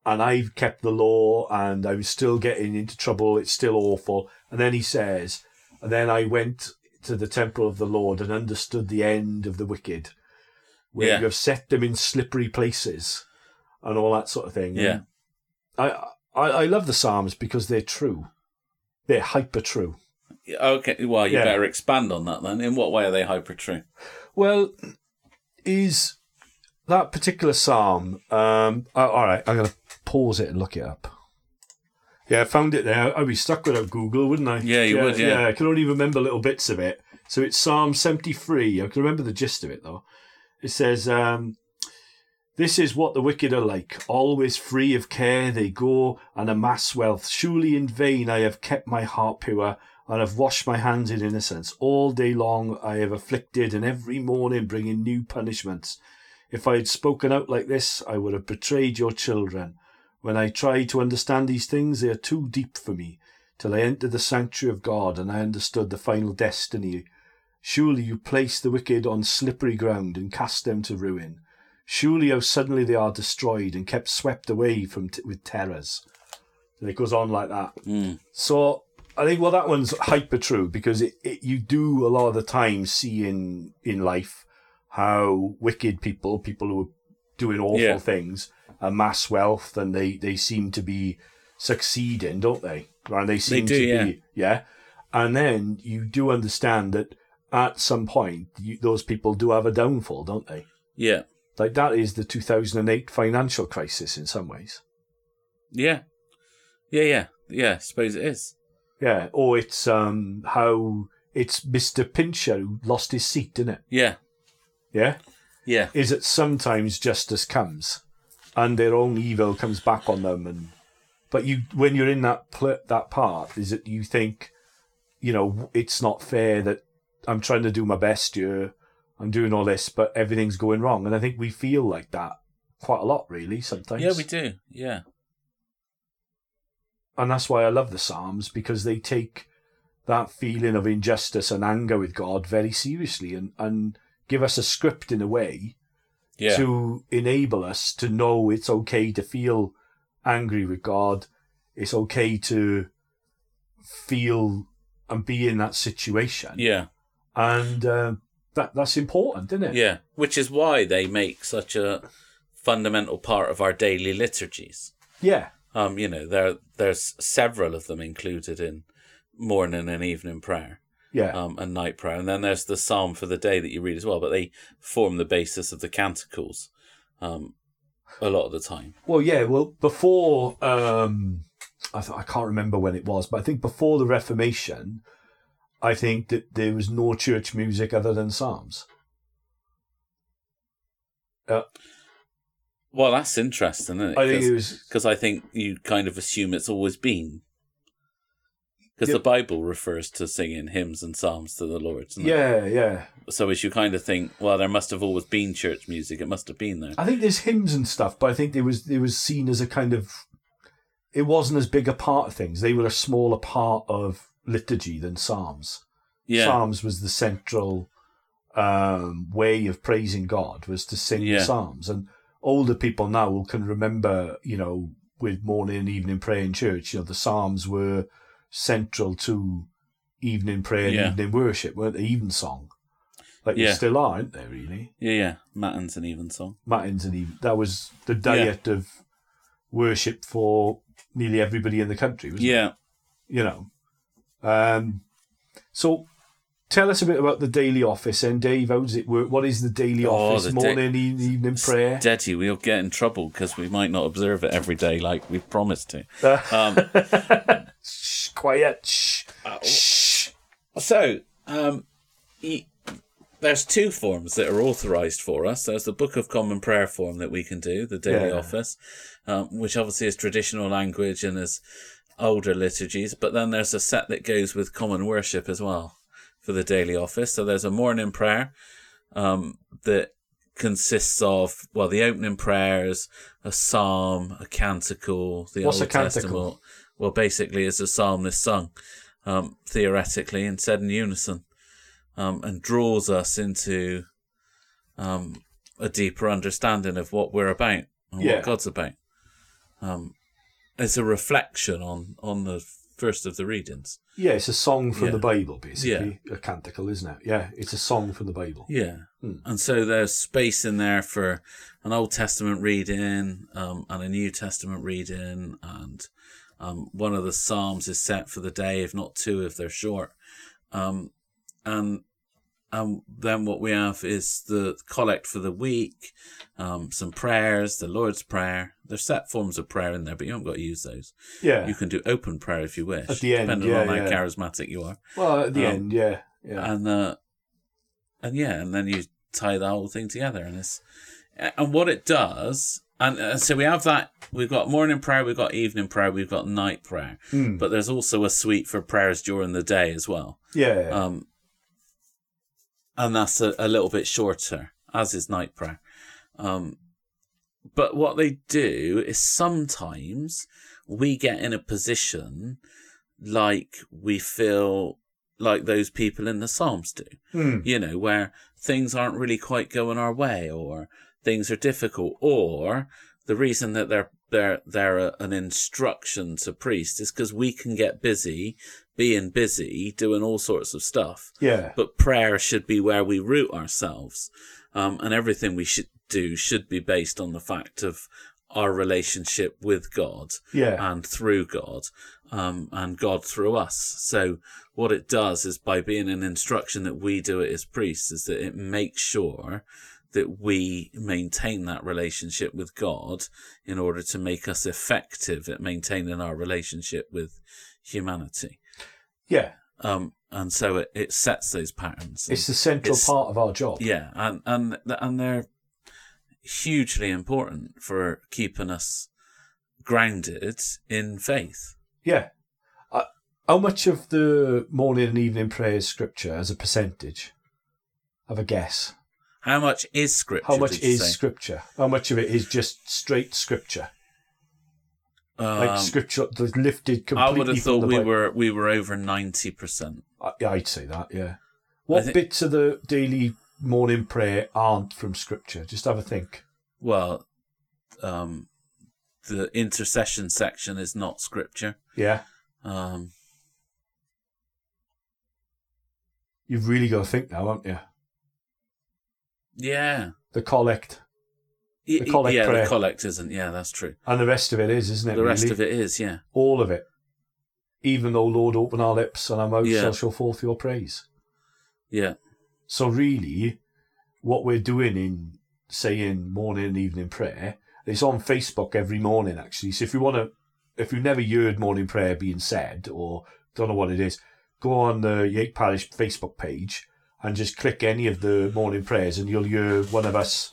Speaker 1: and I've kept the law, and I was still getting into trouble. It's still awful. And then he says, and then I went to the temple of the Lord and understood the end of the wicked, where
Speaker 2: Yeah.
Speaker 1: you have set them in slippery places, and all that sort of thing.
Speaker 2: Yeah.
Speaker 1: I, I I love the Psalms because they're true. They're hyper true.
Speaker 2: Okay. Well, you
Speaker 1: Yeah.
Speaker 2: better expand on that then. In what way are they hyper true?
Speaker 1: Well, is that particular Psalm? Um, oh, all right, I'm going to pause it and look it up. Yeah, I found it there. I'd be stuck without Google, wouldn't I?
Speaker 2: Yeah, you would, yeah.
Speaker 1: I can only remember little bits of it. So it's Psalm 73. I can remember the gist of it, though. It says, um, This is what the wicked are like. Always free of care, they go and amass wealth. Surely in vain I have kept my heart pure and have washed my hands in innocence. All day long I have afflicted, and every morning bringing new punishments. If I had spoken out like this, I would have betrayed your children. When I try to understand these things, they are too deep for me. Till I entered the sanctuary of God and I understood the final destiny. Surely you place the wicked on slippery ground and cast them to ruin. Surely how suddenly they are destroyed and kept swept away from t- with terrors. And it goes on like that.
Speaker 2: Mm.
Speaker 1: So I think well that one's hyper true because it, it you do a lot of the time see in in life how wicked people, people who are doing awful
Speaker 2: Yeah.
Speaker 1: things, amass wealth and they they seem to be succeeding, don't they? And they seem
Speaker 2: do,
Speaker 1: to
Speaker 2: yeah.
Speaker 1: be yeah. And then you do understand that at some point you, those people do have a downfall, don't they?
Speaker 2: Yeah.
Speaker 1: Like that is the 2008 financial crisis in some ways.
Speaker 2: Yeah. Yeah. Yeah. Yeah. I suppose it is.
Speaker 1: Yeah, or it's um how it's Mr. Pincher who lost his seat, didn't it?
Speaker 2: Yeah.
Speaker 1: Yeah,
Speaker 2: Yeah.
Speaker 1: is that sometimes justice comes, and their own evil comes back on them, and but you when you're in that pl- that part is that you think, you know, it's not fair that I'm trying to do my best here, I'm doing all this, but everything's going wrong, and I think we feel like that quite a lot, really, sometimes.
Speaker 2: Yeah, we do. Yeah.
Speaker 1: and that's why I love the Psalms because they take that feeling of injustice and anger with God very seriously and, and give us a script in a way
Speaker 2: Yeah.
Speaker 1: to enable us to know it's okay to feel angry with God. It's okay to feel and be in that situation.
Speaker 2: Yeah.
Speaker 1: And uh, that that's important, isn't it?
Speaker 2: Yeah. Which is why they make such a fundamental part of our daily liturgies.
Speaker 1: Yeah.
Speaker 2: Um, you know, there there's several of them included in morning and evening prayer,
Speaker 1: Yeah.
Speaker 2: um, and night prayer, and then there's the psalm for the day that you read as well. But they form the basis of the canticles, um, a lot of the time.
Speaker 1: Well, yeah. Well, before um, I, th- I can't remember when it was, but I think before the Reformation, I think that there was no church music other than psalms.
Speaker 2: Well, that's interesting, isn't
Speaker 1: I think it
Speaker 2: it?
Speaker 1: was.
Speaker 2: Because I think you kind of assume it's always been. Because
Speaker 1: Yeah.
Speaker 2: the Bible refers to singing hymns and psalms to the Lord. doesn't it?
Speaker 1: Yeah, yeah.
Speaker 2: So as you kind of think, well, there must have always been church music. It must have been there.
Speaker 1: I think there's hymns and stuff, but I think there was it was seen as a kind of. It wasn't as big a part of things. They were a smaller part of liturgy than psalms.
Speaker 2: Yeah.
Speaker 1: Psalms was the central um, way of praising God was to sing
Speaker 2: Yeah.
Speaker 1: psalms, and older people now will can remember, you know, with morning and evening prayer in church. You know, the psalms were central to evening prayer, and
Speaker 2: Yeah.
Speaker 1: evening worship, weren't they? Even song, like
Speaker 2: Yeah.
Speaker 1: they still are, aren't they? Really,
Speaker 2: Yeah, yeah. Matins and Evensong.
Speaker 1: matins and even that was the diet of worship for nearly everybody in the country, wasn't it?
Speaker 2: Yeah.
Speaker 1: you know. Um, so tell us a bit about the daily office then, Dave. How does it work? What is the daily
Speaker 2: Oh,
Speaker 1: office?
Speaker 2: the da-
Speaker 1: morning, e- evening prayer?
Speaker 2: Daddy, we'll get in trouble because we might not observe it every day like we've promised to.
Speaker 1: Shh,
Speaker 2: Oh.
Speaker 1: quiet. Shh. shh.
Speaker 2: So, um, y- There's two forms that are authorised for us. There's the Book of Common Prayer form that we can do, the daily
Speaker 1: Yeah.
Speaker 2: office, um, which obviously is traditional language and is older liturgies. But then there's a set that goes with common worship as well for the daily office. So there's a morning prayer um, that consists of well the opening prayers, a psalm, a canticle, the
Speaker 1: What's
Speaker 2: Old
Speaker 1: a canticle?
Speaker 2: Testament. Well, basically, it's a psalm that's sung um, theoretically and said in unison, um, and draws us into um, a deeper understanding of what we're about and
Speaker 1: Yeah.
Speaker 2: what God's about. Um, it's a reflection on on the first of the readings.
Speaker 1: Yeah, it's a song from
Speaker 2: Yeah.
Speaker 1: the Bible, basically. A canticle, isn't it? Yeah, it's a song from the Bible.
Speaker 2: Yeah.
Speaker 1: Hmm.
Speaker 2: And so there's space in there for an Old Testament reading um, and a New Testament reading. And um, one of the Psalms is set for the day, if not two, if they're short. Um, and and then what we have is the collect for the week, um, some prayers, the Lord's Prayer. There's set forms of prayer in there, but you haven't got to use those.
Speaker 1: Yeah.
Speaker 2: You can do open prayer if you wish,
Speaker 1: At the end,
Speaker 2: depending
Speaker 1: yeah,
Speaker 2: on how
Speaker 1: yeah.
Speaker 2: charismatic you are
Speaker 1: well, at the
Speaker 2: Um,
Speaker 1: end, yeah. Yeah.
Speaker 2: and uh, and yeah, and then you tie the whole thing together, and it's and what it does, and uh, so we have that. We've got morning prayer, we've got evening prayer, we've got night prayer,
Speaker 1: Mm.
Speaker 2: but there's also a suite for prayers during the day as well.
Speaker 1: yeah.
Speaker 2: Um, and that's a, a little bit shorter, as is night prayer. Um, but what they do is sometimes we get in a position like we feel like those people in the Psalms do
Speaker 1: Mm.
Speaker 2: you know, where things aren't really quite going our way or things are difficult or the reason that they're they're they're a, an instruction to priests is because we can get busy being busy doing all sorts of stuff
Speaker 1: Yeah.
Speaker 2: but prayer should be where we root ourselves um, and everything we should do should be based on the fact of our relationship with god
Speaker 1: Yeah.
Speaker 2: and through God, um, and God through us. So what it does is by being an instruction that we do it as priests is that it makes sure that we maintain that relationship with God in order to make us effective at maintaining our relationship with humanity.
Speaker 1: yeah.
Speaker 2: Um, and so it, it sets those patterns.
Speaker 1: It's the central
Speaker 2: it's-
Speaker 1: part of our job.
Speaker 2: Yeah, and and and they're hugely important for keeping us grounded in faith.
Speaker 1: Yeah. Uh, how much of the morning and evening prayer is scripture as a percentage? Have a guess.
Speaker 2: How much is scripture?
Speaker 1: How much
Speaker 2: did you
Speaker 1: is
Speaker 2: say?
Speaker 1: scripture? How much of it is just straight scripture? Like
Speaker 2: Um,
Speaker 1: scripture that's lifted
Speaker 2: I
Speaker 1: completely
Speaker 2: would
Speaker 1: from
Speaker 2: have thought
Speaker 1: the
Speaker 2: we
Speaker 1: Bible?
Speaker 2: were we were over ninety percent.
Speaker 1: I- yeah, I'd say that, yeah. What
Speaker 2: think-
Speaker 1: bits of the daily morning prayer aren't from scripture? Just have a think.
Speaker 2: Well, um, the intercession section is not scripture.
Speaker 1: Yeah.
Speaker 2: Um,
Speaker 1: You've really got to think now, haven't you?
Speaker 2: yeah,
Speaker 1: The collect
Speaker 2: Y-
Speaker 1: The
Speaker 2: y-
Speaker 1: collect
Speaker 2: yeah,
Speaker 1: prayer.
Speaker 2: the collect isn't. Yeah, that's true.
Speaker 1: and the rest of it is, isn't it?
Speaker 2: The rest
Speaker 1: really?
Speaker 2: of it is. Yeah,
Speaker 1: All of it. Even though, Lord, open our lips and our mouths
Speaker 2: Yeah.
Speaker 1: shall show forth your praise.
Speaker 2: yeah,
Speaker 1: So really, what we're doing in saying morning and evening prayer, it's on Facebook every morning actually. So if you want to, if you've never heard morning prayer being said or don't know what it is, go on the Yate Parish Facebook page and just click any of the morning prayers, and you'll hear one of us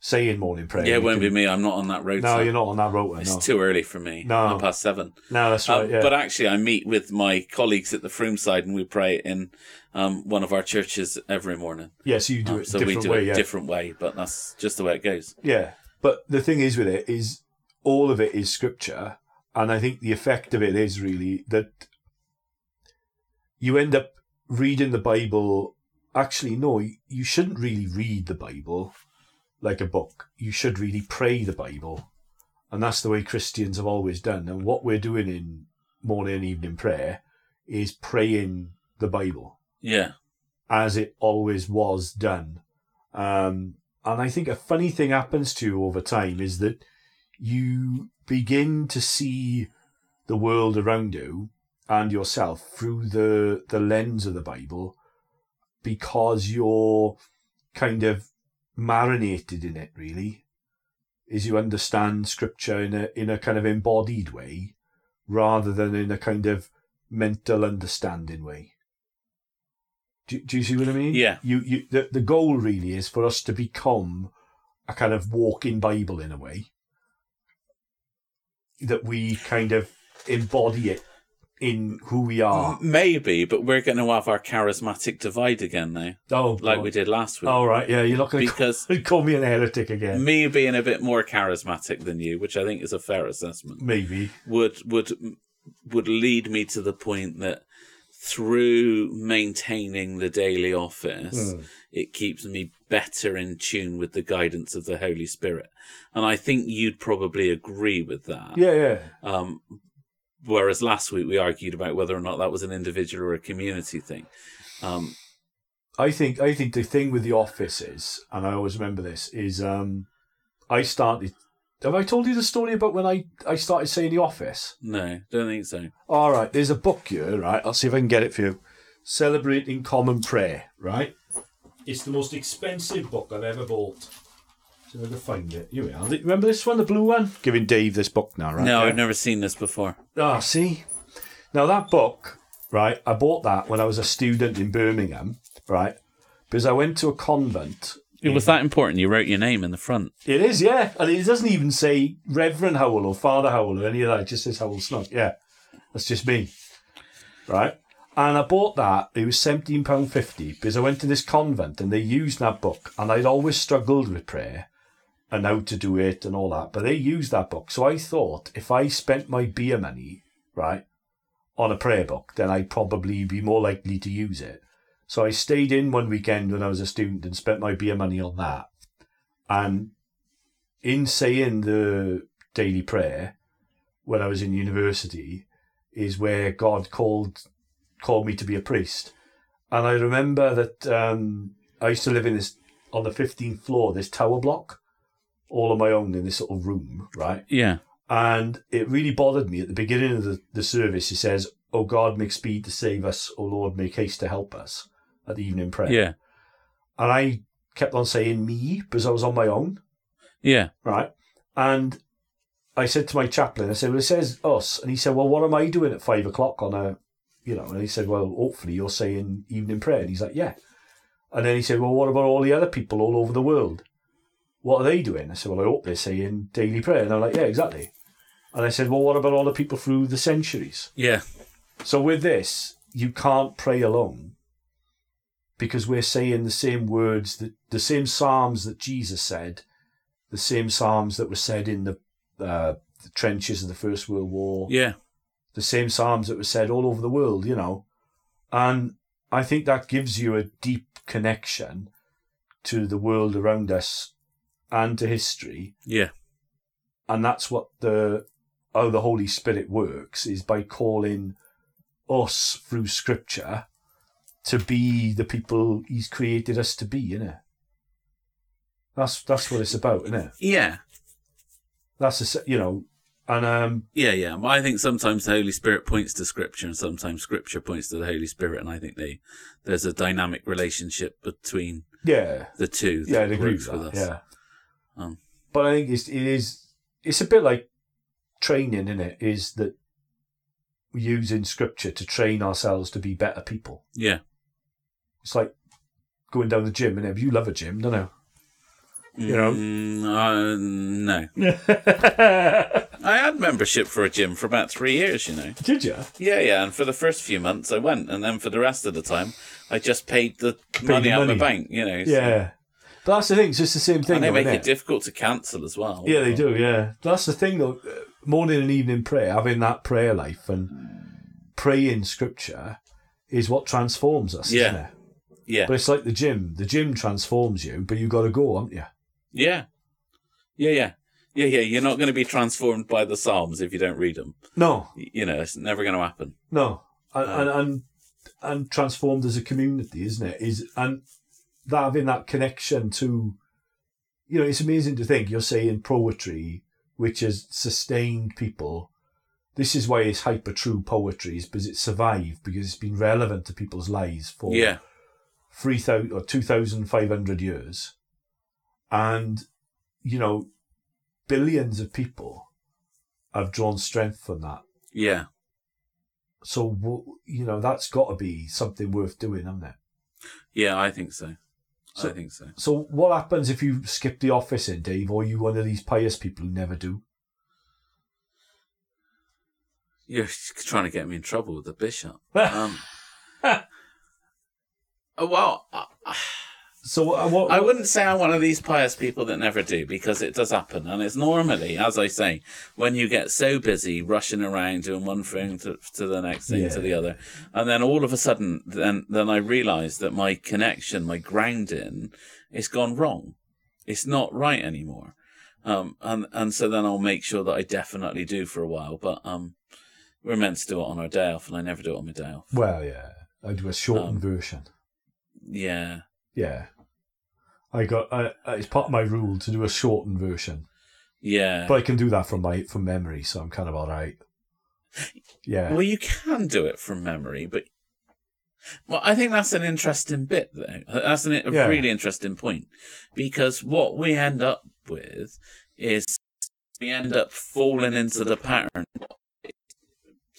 Speaker 1: saying morning prayer.
Speaker 2: yeah.
Speaker 1: You
Speaker 2: It won't be
Speaker 1: can-
Speaker 2: me. I'm not on that road.
Speaker 1: No,
Speaker 2: trip.
Speaker 1: you're not on that road.
Speaker 2: It's
Speaker 1: No.
Speaker 2: too early for me.
Speaker 1: No.
Speaker 2: Half past seven.
Speaker 1: no, that's right.
Speaker 2: Um,
Speaker 1: yeah.
Speaker 2: But actually, I meet with my colleagues at the Froome side, and we pray in um, one of our churches every morning.
Speaker 1: yeah, so you do
Speaker 2: Um,
Speaker 1: it
Speaker 2: so we
Speaker 1: different
Speaker 2: do
Speaker 1: way.
Speaker 2: it
Speaker 1: yeah.
Speaker 2: different way, but that's just the way it goes.
Speaker 1: Yeah. But the thing is with it is all of it is scripture. And I think the effect of it is really that you end up reading the Bible. Actually, no, you- you shouldn't really read the Bible like a book. You should really pray the Bible. And that's the way Christians have always done. And what we're doing in morning and evening prayer is praying the Bible
Speaker 2: Yeah.
Speaker 1: as it always was done. Um, and I think a funny thing happens to you over time is that you begin to see the world around you and yourself through the, the lens of the Bible because you're kind of marinated in it, really. Is you understand scripture in a in a kind of embodied way rather than in a kind of mental understanding way. Do, do you see what I mean?
Speaker 2: Yeah.
Speaker 1: You, you, the, the goal really is for us to become a kind of walking Bible in a way that we kind of embody it in who we are.
Speaker 2: Um, Maybe, but we're going to have our charismatic divide again now,
Speaker 1: Oh,
Speaker 2: like
Speaker 1: God.
Speaker 2: we did last week.
Speaker 1: *laughs* All right, yeah, you're not going to
Speaker 2: Because
Speaker 1: *laughs* call, me an heretic again.
Speaker 2: me being a bit more charismatic than you, which I think is a fair assessment,
Speaker 1: Maybe.
Speaker 2: would would would lead me to the point that through maintaining the daily office,
Speaker 1: Hmm.
Speaker 2: it keeps me better in tune with the guidance of the Holy Spirit, and I think you'd probably agree with that.
Speaker 1: Yeah, yeah.
Speaker 2: Um, whereas last week we argued about whether or not that was an individual or a community thing. Um,
Speaker 1: I think I think the thing with the office is, and I always remember this, is um, I started. Have I told you the story about when I, I started saying the office?
Speaker 2: no, don't think so.
Speaker 1: All right, there's a book here, right? I'll see if I can get it for you. Celebrating Common Prayer, right? It's the most expensive book I've ever bought. So I can find it. Here we are. Remember this one, the blue one? Giving Dave this book now, right?
Speaker 2: No,
Speaker 1: Yeah.
Speaker 2: I've never seen this before.
Speaker 1: Ah, see? Now, that book, right, I bought that when I was a student in Birmingham, right? Because I went to a convent.
Speaker 2: It was that important. You wrote your name in the front.
Speaker 1: It is, yeah. And it doesn't even say Reverend Howell or Father Howell or any of that. It just says Howell Snug. Yeah. That's just me. Right. And I bought that. It was £17.50 because I went to this convent and they used that book. And I'd always struggled with prayer and how to do it and all that. But they used that book. So I thought if I spent my beer money, right, on a prayer book, then I'd probably be more likely to use it. So I stayed in one weekend when I was a student and spent my beer money on that. And in saying the daily prayer when I was in university is where God called called me to be a priest. And I remember that um, I used to live in this on the fifteenth floor, this tower block, all on my own in this sort of room, right?
Speaker 2: Yeah.
Speaker 1: And it really bothered me at the beginning of the, the service. It says, "O God, make speed to save us. O Lord, make haste to help us." At the evening prayer,
Speaker 2: Yeah.
Speaker 1: and I kept on saying "me" because I was on my own.
Speaker 2: Yeah.
Speaker 1: right? And I said to my chaplain, I said, well, it says us. And he said, well, what am I doing at five o'clock on a, you know, and he said, well, hopefully you're saying evening prayer. And he's like, yeah. And then he said, well, what about all the other people all over the world? What are they doing? I said, well, I hope they're saying daily prayer. And I'm like, yeah, exactly. And I said, well, what about all the people through the centuries?
Speaker 2: Yeah.
Speaker 1: So with this, you can't pray alone because we're saying the same words, that, the same psalms that Jesus said, the same psalms that were said in the, uh, the trenches of the First World War,
Speaker 2: Yeah.
Speaker 1: the same psalms that were said all over the world, you know. And I think that gives you a deep connection to the world around us and to history
Speaker 2: Yeah.
Speaker 1: and that's what the oh the holy spirit works is by calling us through scripture to be the people he's created us to be innit? that's that's what it's about isn't it
Speaker 2: Yeah.
Speaker 1: that's a s- you know and um
Speaker 2: Yeah. Yeah. Well, I think sometimes the Holy Spirit points to Scripture, and sometimes Scripture points to the Holy Spirit, and I think they there's a dynamic relationship between
Speaker 1: yeah
Speaker 2: the two. That
Speaker 1: yeah i'd agree with
Speaker 2: works
Speaker 1: that
Speaker 2: with us.
Speaker 1: yeah
Speaker 2: Um.
Speaker 1: but i think it's it is it's a bit like training in it is that using scripture to train ourselves to be better people
Speaker 2: Yeah.
Speaker 1: it's like going down the gym and you love a gym don't you You know?
Speaker 2: Mm, uh, no. uh,
Speaker 1: *laughs*
Speaker 2: I had membership for a gym for about three years. You know.
Speaker 1: Did you?
Speaker 2: Yeah, yeah, and for the first few months I went, and then for the rest of the time I just paid the
Speaker 1: the
Speaker 2: money out of my
Speaker 1: money.
Speaker 2: bank, you know. so-
Speaker 1: Yeah. But that's the thing. It's just the same thing.
Speaker 2: And they
Speaker 1: though,
Speaker 2: make
Speaker 1: innit?
Speaker 2: it difficult to cancel as well.
Speaker 1: yeah, they do. Yeah, that's the thing though. uh, Morning and evening prayer, having that prayer life and praying scripture is what transforms us.
Speaker 2: Yeah.
Speaker 1: Isn't it?
Speaker 2: Yeah,
Speaker 1: But it's like the gym. The gym transforms you, but you got to go, haven't you?
Speaker 2: yeah, yeah, yeah, yeah, yeah. You're not going to be transformed by the Psalms if you don't read them.
Speaker 1: No,
Speaker 2: You know, it's never going to happen.
Speaker 1: no, and and, and and transformed as a community, isn't it? Is and that having that connection to, you know, it's amazing to think you're saying poetry, which has sustained people. This is why it's hyper true poetry, is because it survived because it's been relevant to people's lives for
Speaker 2: Yeah,
Speaker 1: three thousand or two thousand five hundred years, and you know, billions of people have drawn strength from that
Speaker 2: yeah,
Speaker 1: so w- you know that's got to be something worth doing, hasn't it?
Speaker 2: Yeah, I think so.
Speaker 1: So-
Speaker 2: I think so.
Speaker 1: So what happens if you skip the office in, Dave, or you one of these pious people who never do? *laughs*
Speaker 2: You're trying to get me in trouble with the bishop. Um, *laughs* oh, well, I,
Speaker 1: So uh, what?
Speaker 2: I wouldn't say I'm one of these pious people that never do because it does happen. And it's normally, as I say, when you get so busy rushing around doing one thing to, to the next thing
Speaker 1: Yeah.
Speaker 2: to the other. And then all of a sudden, then, then I realize that my connection, my grounding is gone wrong. It's not right anymore. Um, and, and so then I'll make sure that I definitely do for a while. But, um, we're meant to do it on our day off and I never do it on my day off.
Speaker 1: well, yeah, I do a shortened
Speaker 2: Um,
Speaker 1: version.
Speaker 2: Yeah.
Speaker 1: Yeah, I got. I, I- it's part of my rule to do a shortened version,
Speaker 2: Yeah.
Speaker 1: but I can do that from my from memory, so I'm kind of all right. Yeah,
Speaker 2: *laughs* Well, you can do it from memory, but well, I think that's an interesting bit, though. That's an, a
Speaker 1: Yeah.
Speaker 2: really interesting point because what we end up with is we end up falling into the pattern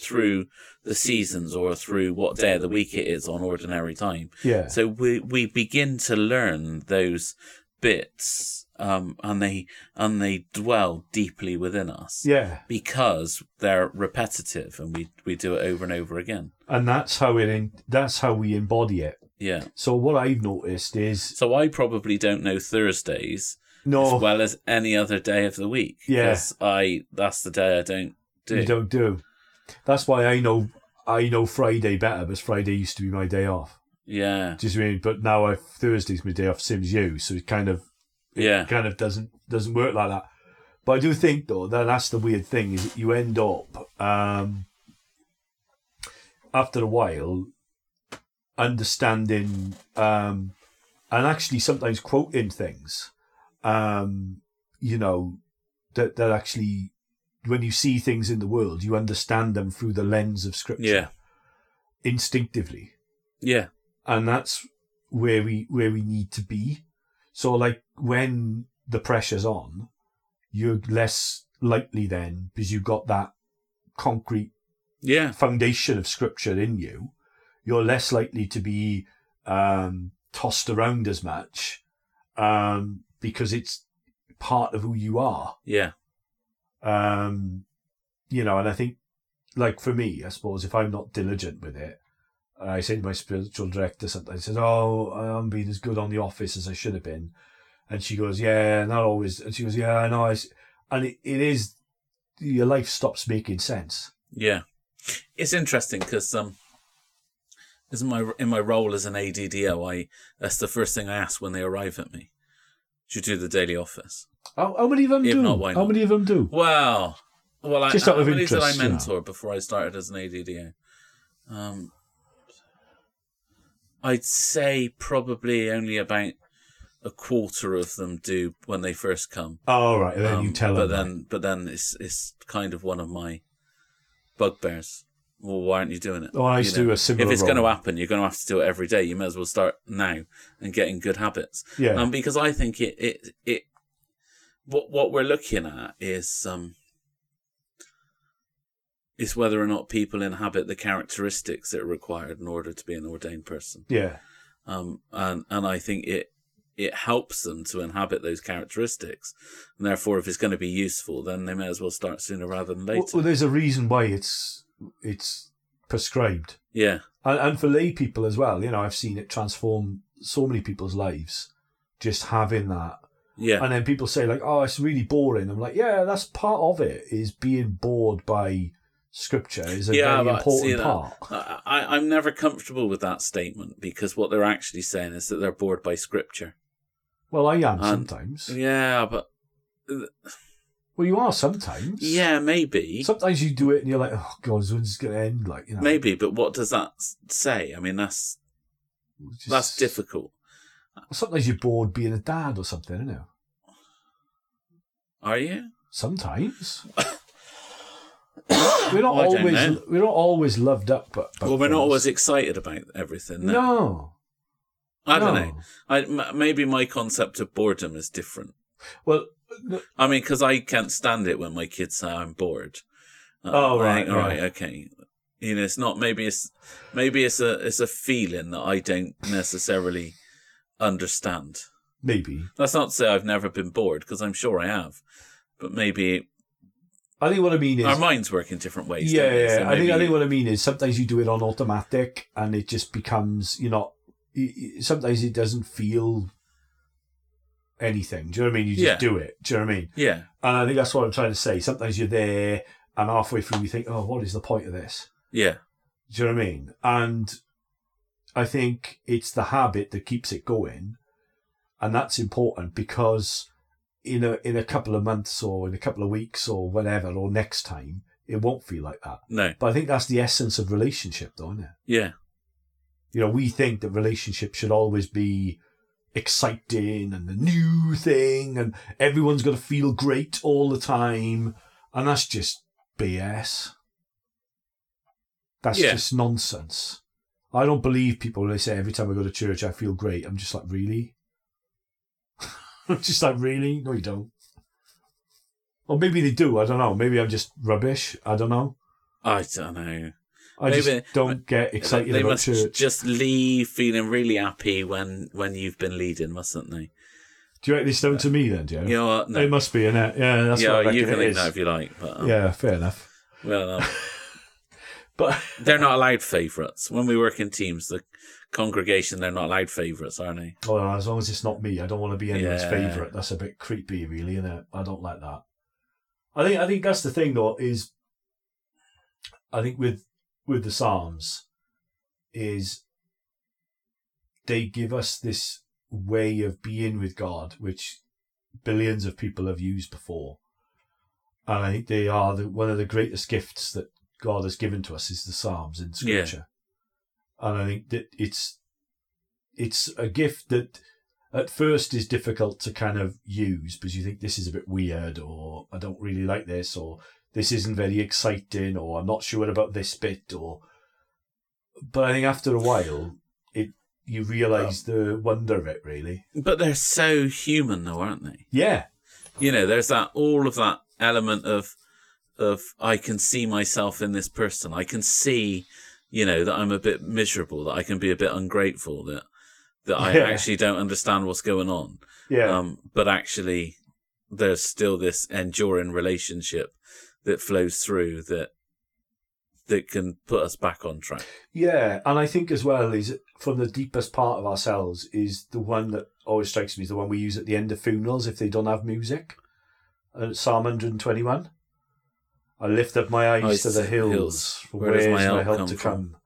Speaker 2: through the seasons or through what day of the week it is on ordinary time.
Speaker 1: yeah,
Speaker 2: So we we begin to learn those bits, um, and they and they dwell deeply within us
Speaker 1: yeah,
Speaker 2: because they're repetitive and we, we do it over and over again.
Speaker 1: and that's how it. In, that's how we embody it.
Speaker 2: Yeah.
Speaker 1: So what I've noticed is
Speaker 2: So I probably don't know Thursdays
Speaker 1: no,
Speaker 2: as well as any other day of the week.
Speaker 1: Oh. Yeah.
Speaker 2: 'cause I that's the day I don't do.
Speaker 1: you don't do. That's why I know I know Friday better because Friday used to be my day off.
Speaker 2: Yeah.
Speaker 1: Do you see what I mean? But now I Thursday's my day off, Sims you, so it kind of it
Speaker 2: Yeah.
Speaker 1: kind of doesn't doesn't work like that. But I do think though that that's the weird thing is that you end up um, after a while understanding um, and actually sometimes quoting things. Um, you know that that actually when you see things in the world, you understand them through the lens of scripture
Speaker 2: Yeah.
Speaker 1: instinctively
Speaker 2: Yeah.
Speaker 1: and that's where we where we need to be. So like when the pressure's on, you're less likely then because you've got that concrete
Speaker 2: Yeah.
Speaker 1: foundation of scripture in you. You're less likely to be um, tossed around as much um, because it's part of who you are.
Speaker 2: Yeah.
Speaker 1: Um, you know, and I think, like for me, I suppose if I'm not diligent with it, and I say to my spiritual director sometimes, I says, "Oh, I haven't been as good on the office as I should have been," and she goes, "Yeah, not always," and she goes, "Yeah, I know," I s and it, it is your life stops making sense.
Speaker 2: Yeah. It's interesting because um, is my in my role as an ADDO, I that's the first thing I ask when they arrive at me. Should you do the daily office?
Speaker 1: How, how many of them
Speaker 2: If
Speaker 1: do?
Speaker 2: not, why
Speaker 1: How
Speaker 2: not?
Speaker 1: many of them do?
Speaker 2: Well, well, I,
Speaker 1: Just out
Speaker 2: how
Speaker 1: of
Speaker 2: many did I
Speaker 1: interest, you know.
Speaker 2: mentor before I started as an ADDO? Um, I'd say probably only about a quarter of them do when they first come.
Speaker 1: Oh, all right, and then you
Speaker 2: Um,
Speaker 1: tell
Speaker 2: but
Speaker 1: them. that.
Speaker 2: then, but then it's it's kind of one of my bugbears. Well, why aren't you doing it?
Speaker 1: Oh, I used
Speaker 2: You
Speaker 1: to do a similar
Speaker 2: If it's
Speaker 1: role.
Speaker 2: going to happen, you're going to have to do it every day. You may as well start now and get in good habits.
Speaker 1: yeah,
Speaker 2: Um, because I think it, it, it, what, what we're looking at is, um, is whether or not people inhabit the characteristics that are required in order to be an ordained person.
Speaker 1: yeah,
Speaker 2: Um, and, and I think it, it helps them to inhabit those characteristics. And therefore, if it's going to be useful, then they may as well start sooner rather than later.
Speaker 1: Well, well, there's a reason why it's it's prescribed.
Speaker 2: yeah.
Speaker 1: and, and for lay people as well you know i've seen it transform so many people's lives just having that
Speaker 2: Yeah.
Speaker 1: and then people say like oh it's really boring i'm like yeah that's part of it is being bored by scripture is a very
Speaker 2: but see
Speaker 1: important
Speaker 2: that-
Speaker 1: part
Speaker 2: I, I- I'm never comfortable with that statement because what they're actually saying is that they're bored by scripture.
Speaker 1: well i am
Speaker 2: And-
Speaker 1: sometimes
Speaker 2: Yeah, but
Speaker 1: well you are sometimes
Speaker 2: Yeah, maybe.
Speaker 1: sometimes you do it and you're like oh god when's this gonna end like you know
Speaker 2: Maybe, but what does that s- say? I mean, that's
Speaker 1: just-
Speaker 2: that's difficult.
Speaker 1: sometimes you're bored being a dad or something you know
Speaker 2: Are you? *laughs*
Speaker 1: sometimes we're not
Speaker 2: I don't
Speaker 1: always
Speaker 2: know.
Speaker 1: we're not always loved up but
Speaker 2: Well, we're not always excited about everything. No,
Speaker 1: no
Speaker 2: I don't
Speaker 1: no.
Speaker 2: know. I m- maybe my concept of boredom is different.
Speaker 1: Well,
Speaker 2: I mean, because I can't stand it when my kids say I'm bored. Uh,
Speaker 1: Oh,
Speaker 2: I
Speaker 1: right,
Speaker 2: think, all
Speaker 1: yeah.
Speaker 2: right, okay. You know, it's not maybe it's maybe it's a it's a feeling that I don't necessarily understand.
Speaker 1: Maybe.
Speaker 2: That's not to say I've never been bored because I'm sure I have, but maybe
Speaker 1: I think what I mean is.
Speaker 2: our minds work in different ways.
Speaker 1: yeah,
Speaker 2: don't they?
Speaker 1: yeah.
Speaker 2: So
Speaker 1: I think I
Speaker 2: maybe-
Speaker 1: think what I mean is sometimes you do it on automatic, and it just becomes you're not. y- y- Sometimes it doesn't feel anything. Do you know what I mean? You just
Speaker 2: Yeah.
Speaker 1: do it. Do you know what I mean?
Speaker 2: yeah,
Speaker 1: And I think that's what I'm trying to say. Sometimes you're there, and halfway through you think, "Oh, what is the point of this?"
Speaker 2: yeah,
Speaker 1: Do you know what I mean? And I think it's the habit that keeps it going, and that's important because in a in a couple of months or in a couple of weeks or whatever or next time it won't feel like that.
Speaker 2: no,
Speaker 1: But I think that's the essence of relationship, though, isn't it?
Speaker 2: yeah,
Speaker 1: You know, we think that relationships should always be exciting and the new thing, and everyone's going to feel great all the time, and that's just BS. That's
Speaker 2: Yeah.
Speaker 1: just nonsense. I don't believe people when they say every time I go to church I feel great. I'm just like, really? *laughs* I'm just like, really? No, you don't. Or maybe they do. I don't know. Maybe I'm just rubbish. I don't know.
Speaker 2: I don't know.
Speaker 1: I
Speaker 2: Maybe-
Speaker 1: just don't get excited
Speaker 2: they
Speaker 1: about
Speaker 2: must
Speaker 1: church.
Speaker 2: just leave feeling really happy when when you've been leading, mustn't they?
Speaker 1: Do you reckon it's down to me then, Joe?
Speaker 2: You know what? No.
Speaker 1: It must be, innit? Yeah, that's
Speaker 2: yeah,
Speaker 1: what I
Speaker 2: you
Speaker 1: reckon
Speaker 2: can
Speaker 1: it
Speaker 2: leave
Speaker 1: is.
Speaker 2: that if you like, but um,
Speaker 1: Yeah, fair enough.
Speaker 2: well, um,
Speaker 1: *laughs* But
Speaker 2: they're not allowed favourites. When we work in teams, the congregation they're not allowed favourites, are they?
Speaker 1: oh, as long as it's not me, I don't want to be anyone's
Speaker 2: Yeah.
Speaker 1: favourite. That's a bit creepy, really, innit? I don't like that. I think I think that's the thing though is, I think with with the Psalms, is they give us this way of being with God, which billions of people have used before, and I think they are the, one of the greatest gifts that God has given to us is the Psalms in
Speaker 2: Yeah.
Speaker 1: Scripture, and I think that it's it's a gift that at first is difficult to kind of use because you think this is a bit weird or I don't really like this or this isn't very exciting or I'm not sure about this bit or but I think after a while it you realise the wonder of it really.
Speaker 2: But they're so human, though, aren't they?
Speaker 1: Yeah.
Speaker 2: you know there's that all of that element of of i can see myself in this person i can see you know that i'm a bit miserable that i can be a bit ungrateful that that
Speaker 1: *laughs*
Speaker 2: i
Speaker 1: Yeah.
Speaker 2: actually don't understand what's going on
Speaker 1: Yeah.
Speaker 2: um but actually there's still this enduring relationship that flows through that that can put us back on track
Speaker 1: Yeah, and I think as well is from the deepest part of ourselves is the one that always strikes me is the one we use at the end of funerals if they don't have music. Uh, Psalm 121. I lift up my eyes
Speaker 2: Eyes
Speaker 1: to the
Speaker 2: to the
Speaker 1: hills.
Speaker 2: hills.
Speaker 1: From
Speaker 2: Where
Speaker 1: where
Speaker 2: does
Speaker 1: is
Speaker 2: my
Speaker 1: my
Speaker 2: help
Speaker 1: help,
Speaker 2: come
Speaker 1: to
Speaker 2: from?
Speaker 1: come?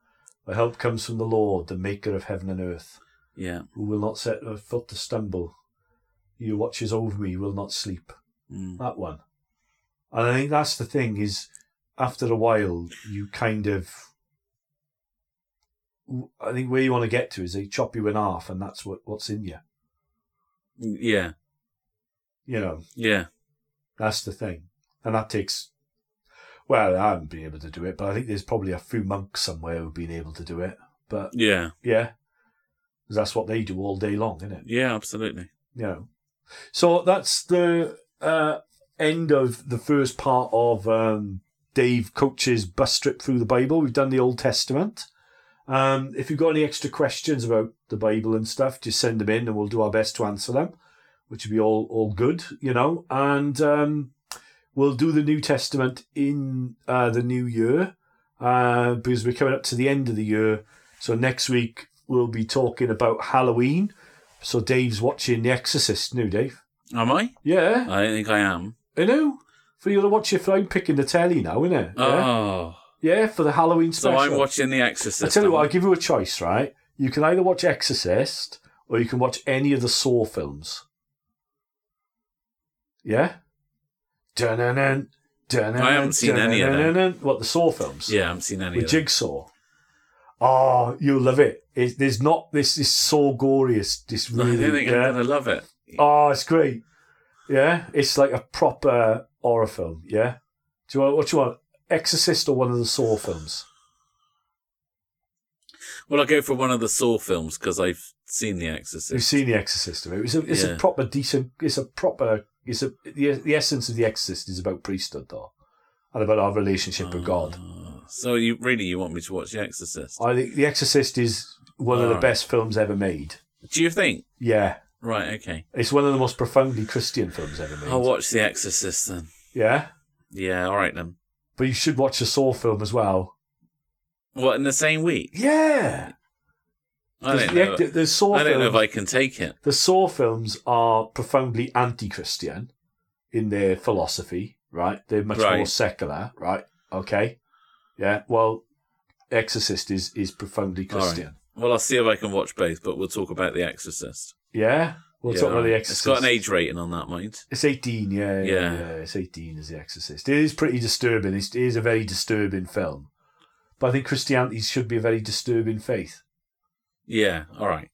Speaker 1: My help comes from the Lord, the maker of heaven and earth,
Speaker 2: yeah
Speaker 1: who will not set a foot to stumble. He who watches over me will not sleep.
Speaker 2: Mm.
Speaker 1: That one. And I think that's the thing is, after a while, you kind of. I think where you want to get to is they chop you in half, and that's what, what's in you.
Speaker 2: yeah
Speaker 1: You know,
Speaker 2: yeah
Speaker 1: that's the thing. And that takes. Well, I haven't been able to do it, but I think there's probably a few monks somewhere who've been able to do it. But
Speaker 2: yeah
Speaker 1: yeah, 'Cause that's what they do all day long, isn't it?
Speaker 2: yeah absolutely
Speaker 1: you know. So that's the uh, end of the first part of um, Dave Coach's bus trip through the Bible. We've done the Old Testament. Um, if you've got any extra questions about the Bible and stuff, just send them in, and we'll do our best to answer them, which will be all all good, you know. And um, we'll do the New Testament in uh, the new year uh, because we're coming up to the end of the year. So next week we'll be talking about Halloween. So Dave's watching The Exorcist now, Dave.
Speaker 2: am i
Speaker 1: Yeah,
Speaker 2: i don't think i am
Speaker 1: I know. For you to watch your phone picking the telly now, innit? Yeah,
Speaker 2: oh
Speaker 1: yeah for the Halloween
Speaker 2: so
Speaker 1: special.
Speaker 2: i'm watching the exorcist
Speaker 1: I tell you
Speaker 2: am
Speaker 1: what,
Speaker 2: I?
Speaker 1: I'll give you a choice, right? You can either watch Exorcist or you can watch any of the Saw films. Yeah? Dun-dun-dun, dun-dun-dun,
Speaker 2: I haven't seen any of them.
Speaker 1: dun-dun-dun. What, the Saw films?
Speaker 2: Yeah, I haven't seen any
Speaker 1: with
Speaker 2: of them.
Speaker 1: Jigsaw. Oh, you'll love it. it there's not this is so gory. It's this
Speaker 2: *laughs* *laughs* I
Speaker 1: really
Speaker 2: don't think
Speaker 1: yeah.
Speaker 2: I'm gonna love it.
Speaker 1: Oh, it's great. Yeah, it's like a proper horror film. Yeah, do you want what do you want? Exorcist or one of the Saw films?
Speaker 2: Well, I'll go for one of the Saw films because I've seen The
Speaker 1: You've
Speaker 2: Exorcist.
Speaker 1: seen The Exorcist. Of it. It's a it's
Speaker 2: Yeah.
Speaker 1: a proper decent. It's a proper. It's a the, the essence of The Exorcist is about priesthood though, and about our relationship with God.
Speaker 2: Oh, So you really you want me to watch The Exorcist?
Speaker 1: I think The Exorcist is one of the
Speaker 2: Alright.
Speaker 1: best films ever made.
Speaker 2: Do you think?
Speaker 1: Yeah,
Speaker 2: Right. Okay.
Speaker 1: it's one of the most profoundly Christian films ever made.
Speaker 2: I'll watch The Exorcist then.
Speaker 1: Yeah,
Speaker 2: Yeah. All right then.
Speaker 1: but you should watch the Saw film as well.
Speaker 2: What in the same week?
Speaker 1: Yeah,
Speaker 2: I
Speaker 1: There's
Speaker 2: don't
Speaker 1: the,
Speaker 2: know.
Speaker 1: act- the Saw
Speaker 2: I don't know
Speaker 1: films-
Speaker 2: if I can take it.
Speaker 1: the Saw films are profoundly anti-Christian in their philosophy, right? They're much more
Speaker 2: Right.
Speaker 1: secular, right? Okay, yeah. Well, Exorcist is is profoundly
Speaker 2: All right.
Speaker 1: Christian.
Speaker 2: Well, I'll see if I can watch both, but we'll talk about The Exorcist.
Speaker 1: Yeah, we'll
Speaker 2: Yeah,
Speaker 1: talk about
Speaker 2: alright.
Speaker 1: the Exorcist.
Speaker 2: It's got an age rating on that, mind.
Speaker 1: It's 18, yeah, yeah,
Speaker 2: Yeah.
Speaker 1: yeah, It's 18 is The Exorcist. It is pretty disturbing. It's, it is a very disturbing film. But I think Christianity should be a very disturbing faith.
Speaker 2: Yeah. All right.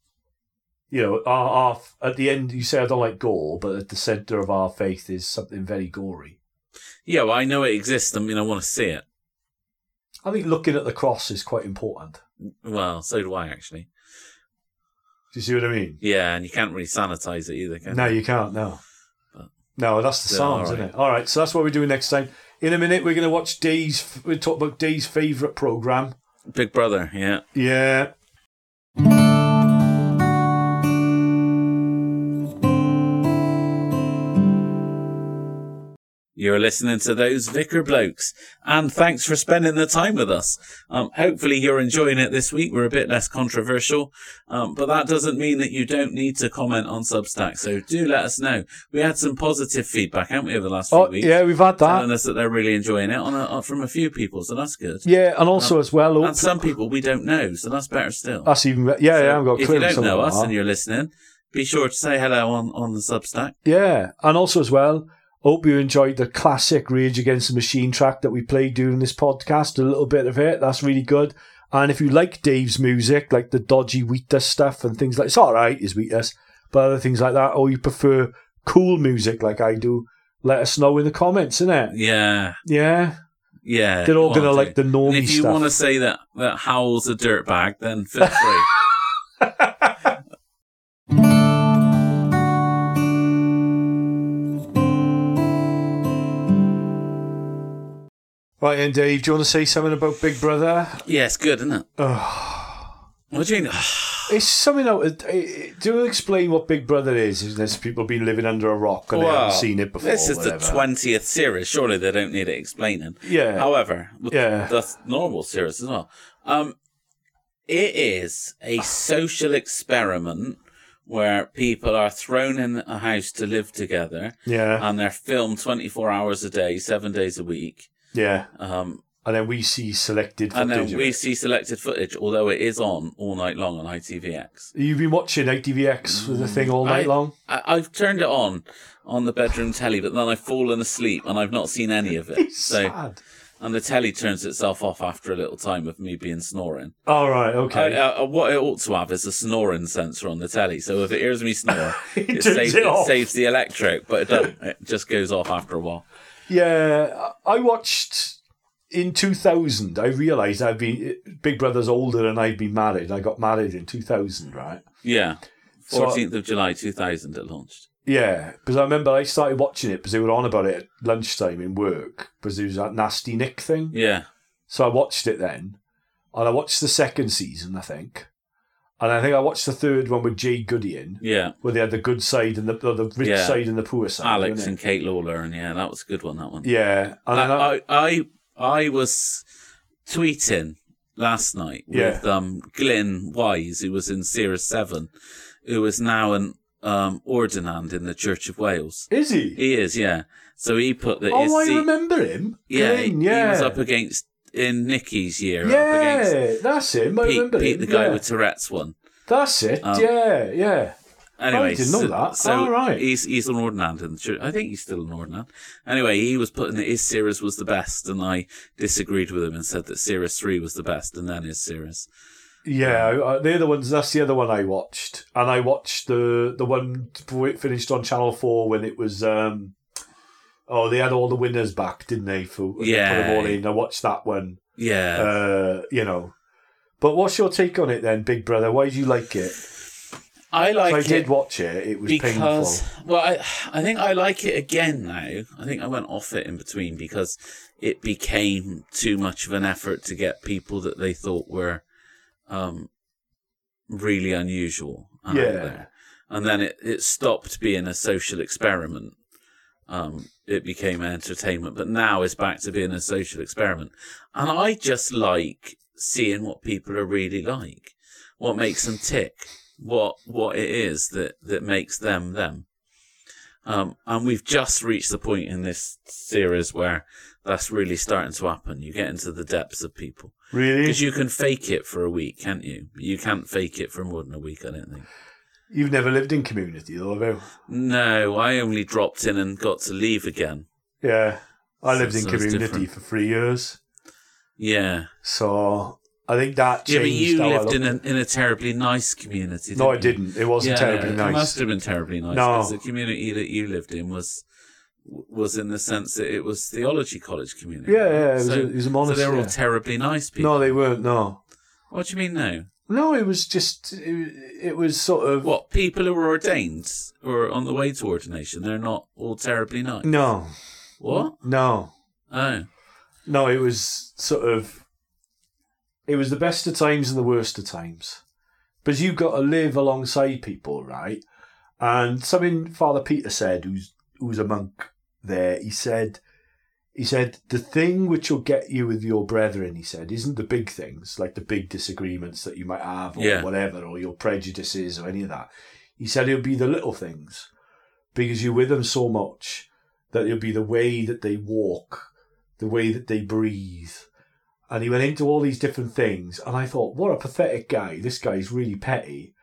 Speaker 1: You know, our, our at the end, you say I don't like gore, but at the centre of our faith is something very gory.
Speaker 2: Yeah. Well, I know it exists. I mean, I want to see it.
Speaker 1: I think looking at the cross is quite important.
Speaker 2: Well, so do I actually.
Speaker 1: Do you see what I mean?
Speaker 2: Yeah, and you can't really sanitize it either. Can
Speaker 1: No,
Speaker 2: you?
Speaker 1: you can't. No,
Speaker 2: But- eh?
Speaker 1: no, that's the
Speaker 2: Yeah,
Speaker 1: Psalms,
Speaker 2: alright.
Speaker 1: isn't it? All right, so that's what we're doing next time. In a minute, we're going to watch Dee's. We talk about Dee's favourite program.
Speaker 2: Big Brother. Yeah.
Speaker 1: Yeah,
Speaker 2: You're listening to those Vicar Blokes, and thanks for spending the time with us. Um, hopefully, you're enjoying it this week. We're a bit less controversial, um, but that doesn't mean that you don't need to comment on Substack. So do let us know. We had some positive feedback, haven't we, over the last few
Speaker 1: oh
Speaker 2: weeks?
Speaker 1: yeah, we've had
Speaker 2: Telling
Speaker 1: that.
Speaker 2: us that they're really enjoying it on a, on- from a few people, so that's good.
Speaker 1: Yeah, and also as well, oh,
Speaker 2: And some people we don't know, so that's better still.
Speaker 1: That's even better. Yeah, yeah, I've got a
Speaker 2: if
Speaker 1: clue
Speaker 2: you don't
Speaker 1: some of
Speaker 2: know
Speaker 1: them
Speaker 2: us
Speaker 1: are.
Speaker 2: and you're listening, be sure to say hello on, on the Substack.
Speaker 1: Yeah, and also as well, hope you enjoyed the classic Rage Against the Machine track that we played during this podcast. A little bit of it, that's really good. And if you like Dave's music, like the dodgy Wheatus stuff and things like, it's all right, is Wheatus, but other things like that, or you prefer cool music like I do, let us know in the comments, innit?
Speaker 2: Yeah,
Speaker 1: Yeah,
Speaker 2: yeah.
Speaker 1: they're all
Speaker 2: go on,
Speaker 1: gonna
Speaker 2: do
Speaker 1: like
Speaker 2: it.
Speaker 1: the
Speaker 2: And
Speaker 1: normie
Speaker 2: if you
Speaker 1: stuff.
Speaker 2: want to say that that Howl's a dirtbag, then
Speaker 1: *laughs*
Speaker 2: feel free.
Speaker 1: Right, and Dave, do you want to say something about Big Brother?
Speaker 2: yeah, it's good, isn't it?
Speaker 1: Ugh.
Speaker 2: What do you know?
Speaker 1: It's something out. Of, eh, eh, do explain what Big Brother is. Is this people been living under a rock and they
Speaker 2: Well,
Speaker 1: haven't seen it before?
Speaker 2: This is
Speaker 1: whatever.
Speaker 2: the twentieth series. Surely they don't need it explaining.
Speaker 1: Yeah.
Speaker 2: However, with-
Speaker 1: Yeah.
Speaker 2: that's normal series as well. Um, it is a social experiment where people are thrown in a house to live together,
Speaker 1: Yeah,
Speaker 2: and they're filmed twenty four hours a day, seven days a week.
Speaker 1: yeah.
Speaker 2: Um,
Speaker 1: And then we see selected footage.
Speaker 2: and then
Speaker 1: of
Speaker 2: we
Speaker 1: it.
Speaker 2: see selected footage, although it is on all night long on ITVX.
Speaker 1: You've been watching ATVX with the thing all night
Speaker 2: I-
Speaker 1: long.
Speaker 2: I, I've turned it on on the bedroom telly, but then I've fallen asleep and I've not seen any of
Speaker 1: *laughs*
Speaker 2: it.
Speaker 1: It's
Speaker 2: so,
Speaker 1: sad.
Speaker 2: and the telly turns itself off after a little time of me being snoring.
Speaker 1: All right,
Speaker 2: I,
Speaker 1: okay.
Speaker 2: uh, what it ought to have is a snoring sensor on the telly. So if it hears me snore,
Speaker 1: *laughs* It
Speaker 2: it,
Speaker 1: turns
Speaker 2: saves,
Speaker 1: it
Speaker 2: it,
Speaker 1: off.
Speaker 2: saves the electric, but it,
Speaker 1: *laughs*
Speaker 2: doesn't. it just goes off after a while.
Speaker 1: yeah, I I watched in 2000. I realised I've been Big Brother's older and I'd been married. I got married in 2000, right?
Speaker 2: Yeah.
Speaker 1: So-
Speaker 2: 14th of July 2000 it launched.
Speaker 1: Yeah, because I remember I started watching it because they were on about it at lunchtime in work because there was that nasty Nick thing.
Speaker 2: Yeah.
Speaker 1: So I watched it then, and I watched the second season, I think, and I think I watched the third one with Jay Goody in,
Speaker 2: Yeah.
Speaker 1: where they had the good side and the or the rich
Speaker 2: Yeah.
Speaker 1: side and the poor side.
Speaker 2: Alex
Speaker 1: wasn't
Speaker 2: and
Speaker 1: it?
Speaker 2: Kate Lawler. And yeah, that was a good one, that one.
Speaker 1: yeah, and then I,
Speaker 2: I, I, I, I was tweeting last night with um, Glyn Wise, who was in Series 7, who is now an um, ordinand in the Church of Wales.
Speaker 1: is he?
Speaker 2: He is, yeah. So he put that his
Speaker 1: oh, I
Speaker 2: seat-
Speaker 1: remember him.
Speaker 2: yeah,
Speaker 1: Green,
Speaker 2: he-
Speaker 1: yeah,
Speaker 2: he was up against in Nicky's year, up against
Speaker 1: yeah, that's him. I
Speaker 2: Pete,
Speaker 1: remember
Speaker 2: Pete
Speaker 1: him.
Speaker 2: the guy
Speaker 1: yeah.
Speaker 2: with Tourette's one.
Speaker 1: that's it.
Speaker 2: um,
Speaker 1: yeah, yeah.
Speaker 2: Anyway,
Speaker 1: I Oh, didn't know
Speaker 2: so,
Speaker 1: that.
Speaker 2: So
Speaker 1: All right.
Speaker 2: he's he's an ordinand in the church. I think he's still an ordinand. Anyway, he was putting that his series was the best, and I disagreed with him and said that series three was the best, and then his series.
Speaker 1: Yeah, I- I- they're the ones. That's the other one I watched, and I watched the the one before it finished on Channel Four when it was. um Oh, they had all the winners back, didn't they? For they put them all
Speaker 2: Yeah.
Speaker 1: in. I watched that one.
Speaker 2: Yeah,
Speaker 1: Uh, you know, but what's your take on it then, Big Brother? Why do you like it?
Speaker 2: I like
Speaker 1: So I
Speaker 2: it
Speaker 1: did watch it. It was
Speaker 2: because
Speaker 1: painful.
Speaker 2: well, I I think I like it again now. I think I went off it in between because it became too much of an effort to get people that they thought were um, really unusual out
Speaker 1: Yeah.
Speaker 2: there. And then it, it stopped being a social experiment. Um, it became entertainment, but now it's back to being a social experiment. And I just like seeing what people are really like, what makes them tick, what what it is that, that makes them them. Um, and we've just reached the point in this series where that's really starting to happen. You get into the depths of people.
Speaker 1: Really?
Speaker 2: Because you can fake it for a week, can't you? But You can't fake it for more than a week, I don't think.
Speaker 1: You've never lived in community, though, have you?
Speaker 2: No, I only dropped in and got to leave again.
Speaker 1: Yeah. I
Speaker 2: So-
Speaker 1: lived in
Speaker 2: so it's
Speaker 1: community
Speaker 2: different.
Speaker 1: for three years.
Speaker 2: Yeah.
Speaker 1: So I think that
Speaker 2: Yeah,
Speaker 1: changed.
Speaker 2: but you
Speaker 1: how I
Speaker 2: lived
Speaker 1: looked
Speaker 2: in
Speaker 1: at-
Speaker 2: a, in a terribly nice community.
Speaker 1: No, I
Speaker 2: didn't you?
Speaker 1: didn't. It wasn't
Speaker 2: Yeah,
Speaker 1: terribly
Speaker 2: It
Speaker 1: nice.
Speaker 2: must have been terribly nice.
Speaker 1: No.
Speaker 2: Because the community that you lived in was was in the sense that it was theology college community.
Speaker 1: Yeah, yeah, it was
Speaker 2: so,
Speaker 1: a- it was a
Speaker 2: So they're all
Speaker 1: monastery.
Speaker 2: terribly nice people.
Speaker 1: No, they weren't. No,
Speaker 2: What do you mean, no?
Speaker 1: no. It was just. It, it was sort of.
Speaker 2: What people who are ordained or on the way to ordination? They're not all terribly nice.
Speaker 1: No,
Speaker 2: What?
Speaker 1: no,
Speaker 2: Oh,
Speaker 1: no. It was sort of. It was the best of times and the worst of times, but you've got to live alongside people, right? And something Father Peter said, who's who's a monk there, he said, he said the thing which will get you with your brethren, he said, isn't the big things like the big disagreements that you might have or
Speaker 2: Yeah.
Speaker 1: whatever or your prejudices or any of that. He said it'll be the little things because you're with them so much that it'll be the way that they walk, the way that they breathe. And he went into all these different things, and I thought, what a pathetic guy! This guy's really petty.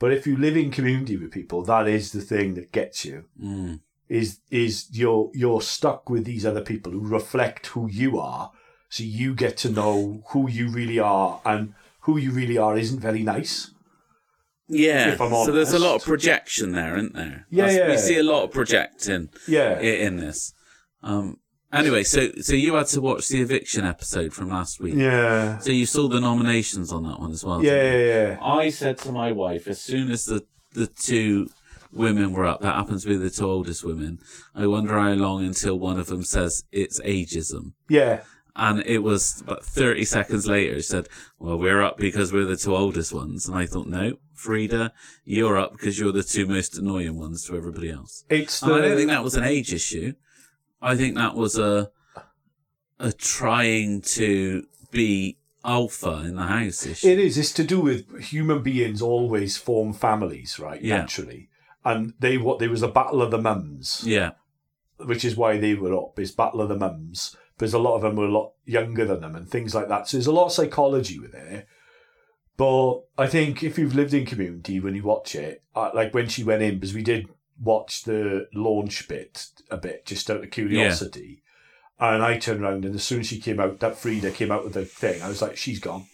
Speaker 1: But if you live in community with people, that is the thing that gets you
Speaker 2: mm.
Speaker 1: is is you're you're stuck with these other people who reflect who you are so you get to know who you really are and who you really are isn't very nice
Speaker 2: yeah.
Speaker 1: If I'm
Speaker 2: So there's a lot of
Speaker 1: honest.
Speaker 2: projection there, isn't there?
Speaker 1: Yeah,
Speaker 2: That's- We
Speaker 1: yeah.
Speaker 2: see a lot of projecting i-
Speaker 1: yeah
Speaker 2: in this. Um. Anyway, so so you had to watch the eviction episode from last week.
Speaker 1: yeah
Speaker 2: So you saw the nominations on that one as well.
Speaker 1: yeah
Speaker 2: didn't you?
Speaker 1: yeah yeah
Speaker 2: I said to my wife as soon as the the two women were up, that happens to be the two oldest women. I wonder how long until one of them says it's ageism.
Speaker 1: yeah
Speaker 2: And it was about 30 seconds later, she said, Well, we're up because we're the two oldest ones. And I thought, No, Frida, you're up because you're the two most annoying ones to everybody else.
Speaker 1: it's
Speaker 2: And I don't think
Speaker 1: the
Speaker 2: that was an age issue. I think that was a, a trying to be alpha in the house issue.
Speaker 1: it is it's to do with human beings always form families right
Speaker 2: Yeah.
Speaker 1: naturally and they what there was a battle of the mums
Speaker 2: yeah.
Speaker 1: which is why they were up is battle of the mums because a lot of them were a lot younger than them and things like that so there's a lot of psychology with it but i think if you've lived in community when you watch it uh, like when she went in because we did watch the launch bit a bit just out of curiosity and i turned around and as soon as she came out that frida came out with the thing i was like she's gone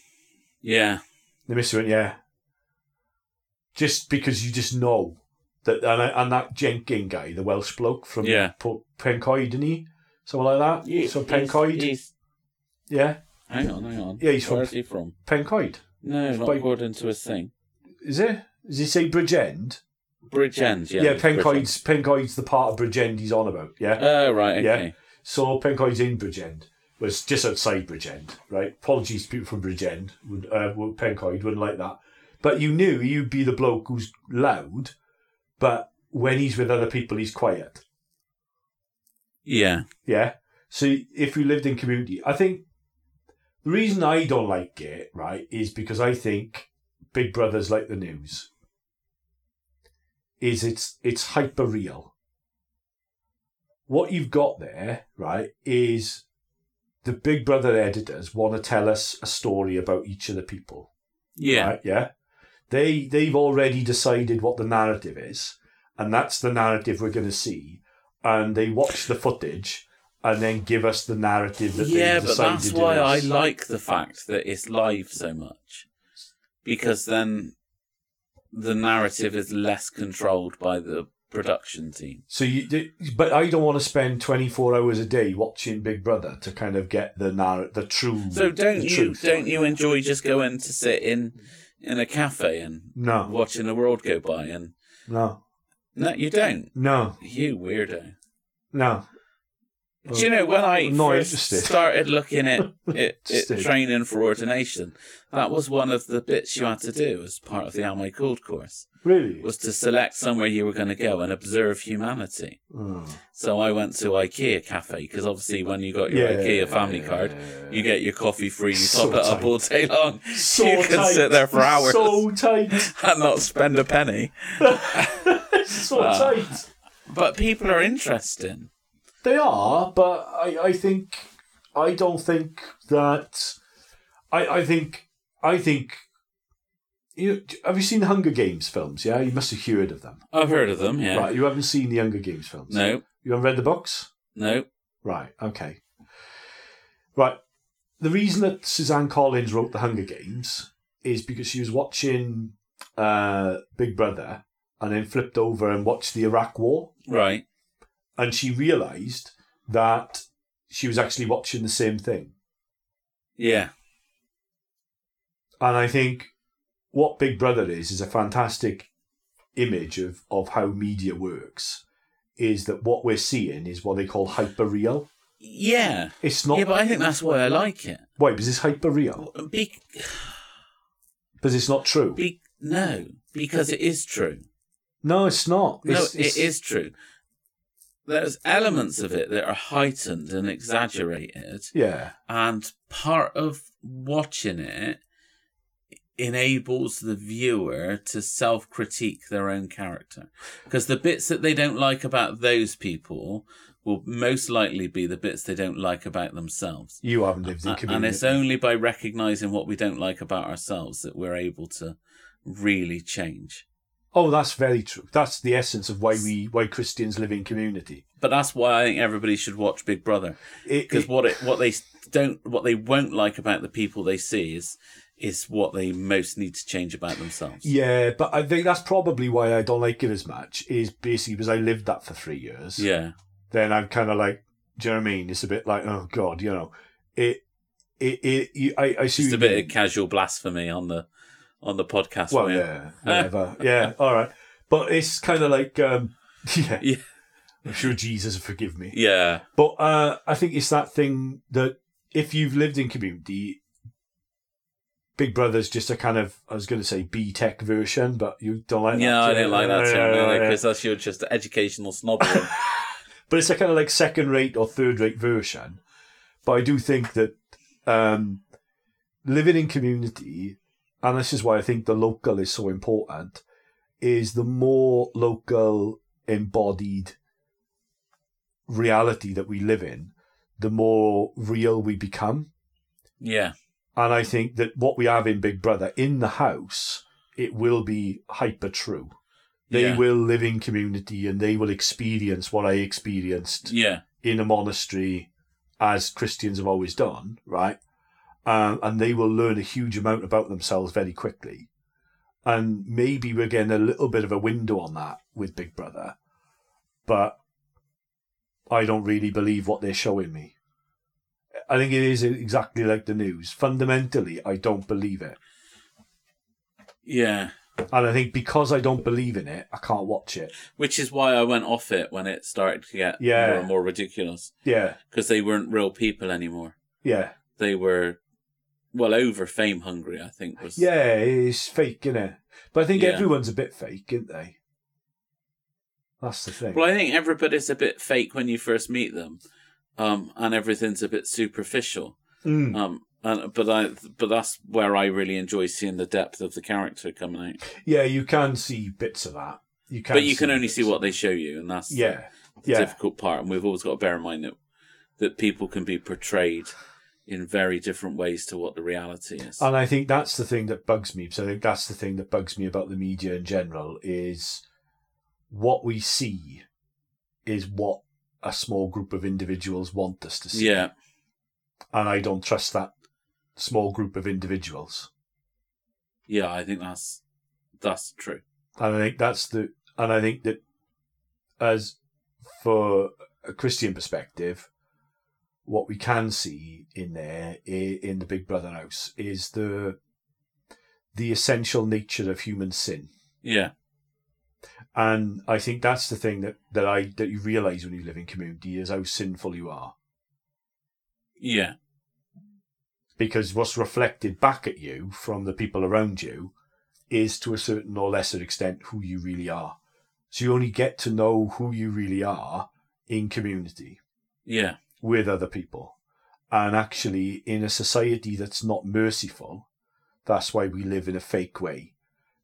Speaker 2: Yeah.
Speaker 1: the mister went yeah just because you just know that and, I, and that Jenkin guy the Welsh bloke from
Speaker 2: Yeah.
Speaker 1: Po- Pencoed isn't he something like that so Pencoed yeah
Speaker 2: hang on, hang on.
Speaker 1: Yeah, he's
Speaker 2: Where
Speaker 1: from-
Speaker 2: is he from?
Speaker 1: Pencoed
Speaker 2: No, not
Speaker 1: by-
Speaker 2: according to a thing.
Speaker 1: is it does he say Bridgend
Speaker 2: Bridge End, yeah.
Speaker 1: yeah, Pencoed's Pencoed's the part of Bridgend he's on about yeah
Speaker 2: Oh, right,
Speaker 1: Yeah.
Speaker 2: okay.
Speaker 1: so Pencoed's in Bridgend was just outside Bridgend right apologies to people from Bridgend would, uh, would- Pencoed wouldn't like that but you knew you'd be the bloke who's loud but when he's with other people he's quiet
Speaker 2: Yeah.
Speaker 1: Yeah. So if you lived in community, I think the reason I don't like it, right, is because I think Big Brother's like the news. Is it's it's hyper real. What you've got there, right, is the Big Brother editors want to tell us a story about each of the people.
Speaker 2: Yeah.
Speaker 1: Right, yeah. They they've already decided what the narrative is, and that's the narrative we're gonna see. And they watch the footage and then give us the narrative that
Speaker 2: Yeah,
Speaker 1: they've
Speaker 2: but
Speaker 1: decided.
Speaker 2: that's why I
Speaker 1: it is.
Speaker 2: like the fact that it's live so much. Because then the narrative is less controlled by the production team.
Speaker 1: so you, but I don't want to spend twenty four hours a day watching Big Brother to kind of get the narr- the true.
Speaker 2: So don't
Speaker 1: the
Speaker 2: you
Speaker 1: truth.
Speaker 2: don't you enjoy just going to sit in in a cafe and
Speaker 1: No,
Speaker 2: watching the world go by and
Speaker 1: no,
Speaker 2: No, you don't.
Speaker 1: no,
Speaker 2: You weirdo.
Speaker 1: no.
Speaker 2: Do you know when I
Speaker 1: I'm not
Speaker 2: first
Speaker 1: interested.
Speaker 2: started
Speaker 1: *laughs*
Speaker 2: looking at, at, at
Speaker 1: Interested.
Speaker 2: training for ordination? That was one of the bits you had to do as part of the Amway Cold course
Speaker 1: Really?
Speaker 2: was to select somewhere you were going to go and observe humanity.
Speaker 1: Oh.
Speaker 2: So I went to IKEA cafe because obviously when you got your
Speaker 1: Yeah.
Speaker 2: IKEA family card, you get your coffee free. You
Speaker 1: So
Speaker 2: top it up
Speaker 1: tight.
Speaker 2: all day long. *laughs*
Speaker 1: So
Speaker 2: you can
Speaker 1: tight.
Speaker 2: sit there for hours
Speaker 1: So tight.
Speaker 2: *laughs* and not spend a penny.
Speaker 1: so
Speaker 2: Ah.
Speaker 1: tight.
Speaker 2: But people are interesting.
Speaker 1: They are, but I, I think I don't think that I, I think I think you have you seen the Hunger Games films, yeah? You must have heard of them.
Speaker 2: I've heard of them. Yeah.
Speaker 1: Right, you haven't seen the Hunger Games films.
Speaker 2: No.
Speaker 1: You haven't read the books?
Speaker 2: No.
Speaker 1: Right, okay. Right. The reason that Suzanne Collins wrote The Hunger Games is because she was watching uh, Big Brother and then flipped over and watched the Iraq War.
Speaker 2: Right.
Speaker 1: And she realized that she was actually watching the same thing.
Speaker 2: Yeah.
Speaker 1: And I think what Big Brother is, is a fantastic image of, of how media works, is that what we're seeing is what they call hyper real.
Speaker 2: Yeah.
Speaker 1: It's not.
Speaker 2: Yeah, but I think that's why I like it.
Speaker 1: Why? Because it's hyper real.
Speaker 2: Be,
Speaker 1: Because it's not true.
Speaker 2: be, no, because it is true.
Speaker 1: No, it's not.
Speaker 2: No,
Speaker 1: It's, it's,
Speaker 2: it is true. There's elements of it that are heightened and exaggerated,
Speaker 1: Yeah,
Speaker 2: and part of watching it enables the viewer to self critique their own character. Because the bits that they don't like about those people will most likely be the bits they don't like about themselves.
Speaker 1: you haven't lived in
Speaker 2: A- and
Speaker 1: community.
Speaker 2: it's only by recognizing what we don't like about ourselves that we're able to really change.
Speaker 1: oh, that's very true. That's the essence of why we why Christians live in community.
Speaker 2: But that's why I think everybody should watch Big Brother
Speaker 1: It,
Speaker 2: because
Speaker 1: it,
Speaker 2: what it, what they s- don't what they won't like about the people they see is is what they most need to change about themselves.
Speaker 1: yeah, but I think that's probably why I don't like it as much. Is basically because I lived that for three years.
Speaker 2: Yeah.
Speaker 1: Then I'm kind of like, do you know what I mean? It's a bit like, oh God, you know, it. It, it, you, I, I see
Speaker 2: Just
Speaker 1: what
Speaker 2: a
Speaker 1: you
Speaker 2: bit
Speaker 1: mean.
Speaker 2: of casual blasphemy on the on the podcast.
Speaker 1: Well,
Speaker 2: man.
Speaker 1: yeah,
Speaker 2: *laughs*
Speaker 1: whatever. yeah, all right. But it's kind of like, um, *laughs* yeah.
Speaker 2: Yeah.
Speaker 1: I'm sure Jesus will forgive me.
Speaker 2: Yeah.
Speaker 1: But uh, I think it's that thing that if you've lived in community, Big Brother's just a kind of I was going to say B Tech version, but you don't like
Speaker 2: Yeah,
Speaker 1: that.
Speaker 2: I didn't like that
Speaker 1: Yeah,
Speaker 2: term
Speaker 1: yeah,
Speaker 2: really,
Speaker 1: yeah.
Speaker 2: because that's your just
Speaker 1: *laughs*
Speaker 2: educational snobbery.
Speaker 1: But it's a kind of like second rate or third rate version. But I do think that um, living in community, and this is why I think the local is so important, is the more local embodied reality that we live in, the more real we become.
Speaker 2: yeah.
Speaker 1: And I think that what we have in Big Brother in the house, it will be hyper true. They
Speaker 2: yeah.
Speaker 1: will live in community and they will experience what I experienced
Speaker 2: Yeah.
Speaker 1: in a monastery, as Christians have always done, right? Um, and they will learn a huge amount about themselves very quickly. And maybe we're getting a little bit of a window on that with Big Brother, but I don't really believe what they're showing me. I think it is exactly like the news. Fundamentally, I don't believe it.
Speaker 2: Yeah.
Speaker 1: And I think because I don't believe in it, I can't watch it.
Speaker 2: Which is why I went off it when it started to get
Speaker 1: Yeah.
Speaker 2: more and more ridiculous
Speaker 1: Yeah,
Speaker 2: because they weren't real people anymore.
Speaker 1: yeah.
Speaker 2: They were, well, over fame hungry, I think. was
Speaker 1: Yeah, it's fake, isn't it? But I think
Speaker 2: Yeah.
Speaker 1: everyone's a bit fake, aren't they? That's the thing.
Speaker 2: Well, I think everybody's a bit fake when you first meet them, um, and everything's a bit superficial.
Speaker 1: Mm.
Speaker 2: Um, and, but I, but that's where I really enjoy seeing the depth of the character coming out.
Speaker 1: Yeah, you can see bits of that. You can,
Speaker 2: but you can only
Speaker 1: bits.
Speaker 2: see what they show you, and that's the-
Speaker 1: Yeah,
Speaker 2: the
Speaker 1: yeah,
Speaker 2: difficult part. And we've always got to bear in mind that that people can be portrayed in very different ways to what the reality is.
Speaker 1: and I think that's the thing that bugs me. So I think that's the thing that bugs me about the media in general is what we see is what a small group of individuals want us to see,
Speaker 2: yeah,
Speaker 1: and I don't trust that small group of individuals.
Speaker 2: yeah, I think that's that's true.
Speaker 1: And I think that's the, and I think that as for a Christian perspective, what we can see in there i- in the Big Brother house is the the essential nature of human sin
Speaker 2: Yeah,
Speaker 1: And I think that's the thing that, that I that you realise when you live in community is how sinful you are.
Speaker 2: Yeah.
Speaker 1: Because what's reflected back at you from the people around you is to a certain or lesser extent who you really are. So you only get to know who you really are in community
Speaker 2: Yeah.
Speaker 1: with other people. And actually, in a society that's not merciful, that's why we live in a fake way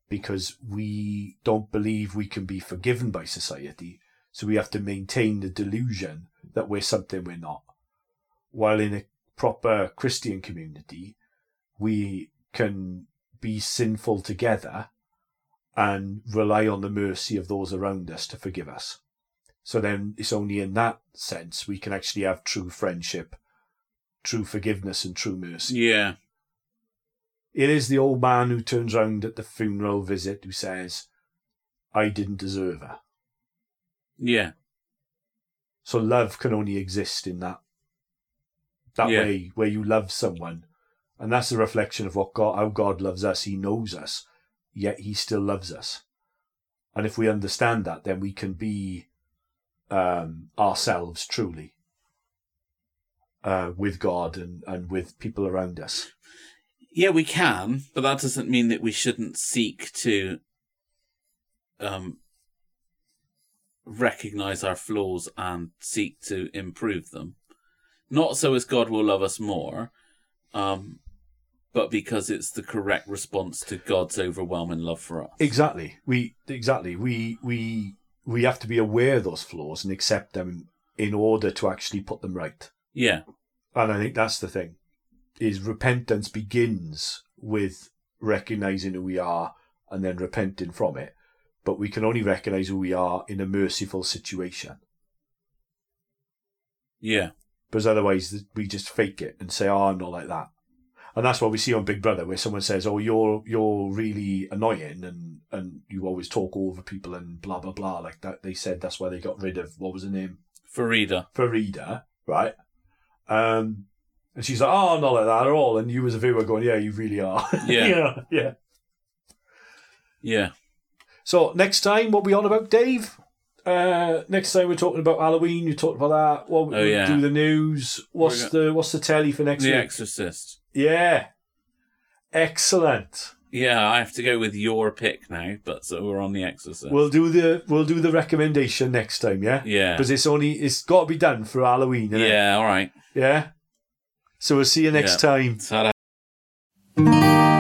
Speaker 1: because we don't believe we can be forgiven by society. So we have to maintain the delusion that we're something we're not. While in a proper Christian community, we can be sinful together and rely on the mercy of those around us to forgive us. So then it's only in that sense we can actually have true friendship, true forgiveness, and true mercy.
Speaker 2: Yeah.
Speaker 1: It is the old man who turns round at the funeral visit who says, I didn't deserve her.
Speaker 2: Yeah.
Speaker 1: So love can only exist in that that
Speaker 2: Yeah.
Speaker 1: way where you love someone. And that's a reflection of what God how God loves us. He knows us, yet he still loves us. And if we understand that, then we can be um, ourselves truly. Uh, with God and, and with people around us.
Speaker 2: Yeah, we can, but that doesn't mean that we shouldn't seek to um, recognize our flaws and seek to improve them. Not so as God will love us more, um, but because it's the correct response to God's overwhelming love for us.
Speaker 1: Exactly. We exactly we we we have to be aware of those flaws and accept them in order to actually put them right.
Speaker 2: Yeah,
Speaker 1: And I think that's the thing is repentance begins with recognizing who we are and then repenting from it. But we can only recognize who we are in a merciful situation.
Speaker 2: yeah,
Speaker 1: Because otherwise th- we just fake it and say, Oh, I'm not like that. And that's what we see on Big Brother, where someone says, Oh, you're you're really annoying and, and you always talk over people and blah blah blah like that. They said that's why they got rid of what was her name? *laughs*
Speaker 2: Farida.
Speaker 1: Farida, right? Um, and she's like, "Oh, I'm not like that at all." And you, as a viewer, going, "Yeah, you really are." *laughs*
Speaker 2: Yeah.
Speaker 1: yeah, yeah.
Speaker 2: Yeah,
Speaker 1: So next time, what we on about, Dave? Uh, next time we're talking about Halloween. You talked about that. What
Speaker 2: Oh, yeah.
Speaker 1: do the news? What's
Speaker 2: We're
Speaker 1: the what's the telly for next
Speaker 2: The
Speaker 1: week?
Speaker 2: Exorcist.
Speaker 1: yeah, excellent.
Speaker 2: Yeah, I have to go with your pick now, but so we're on The Exorcist.
Speaker 1: We'll do the we'll do the recommendation next time. Yeah,
Speaker 2: yeah,
Speaker 1: because it's only it's got to be done for Halloween. innit?
Speaker 2: yeah, all right.
Speaker 1: yeah. So we'll see you next
Speaker 2: Yeah.
Speaker 1: time.
Speaker 2: Ta-ra.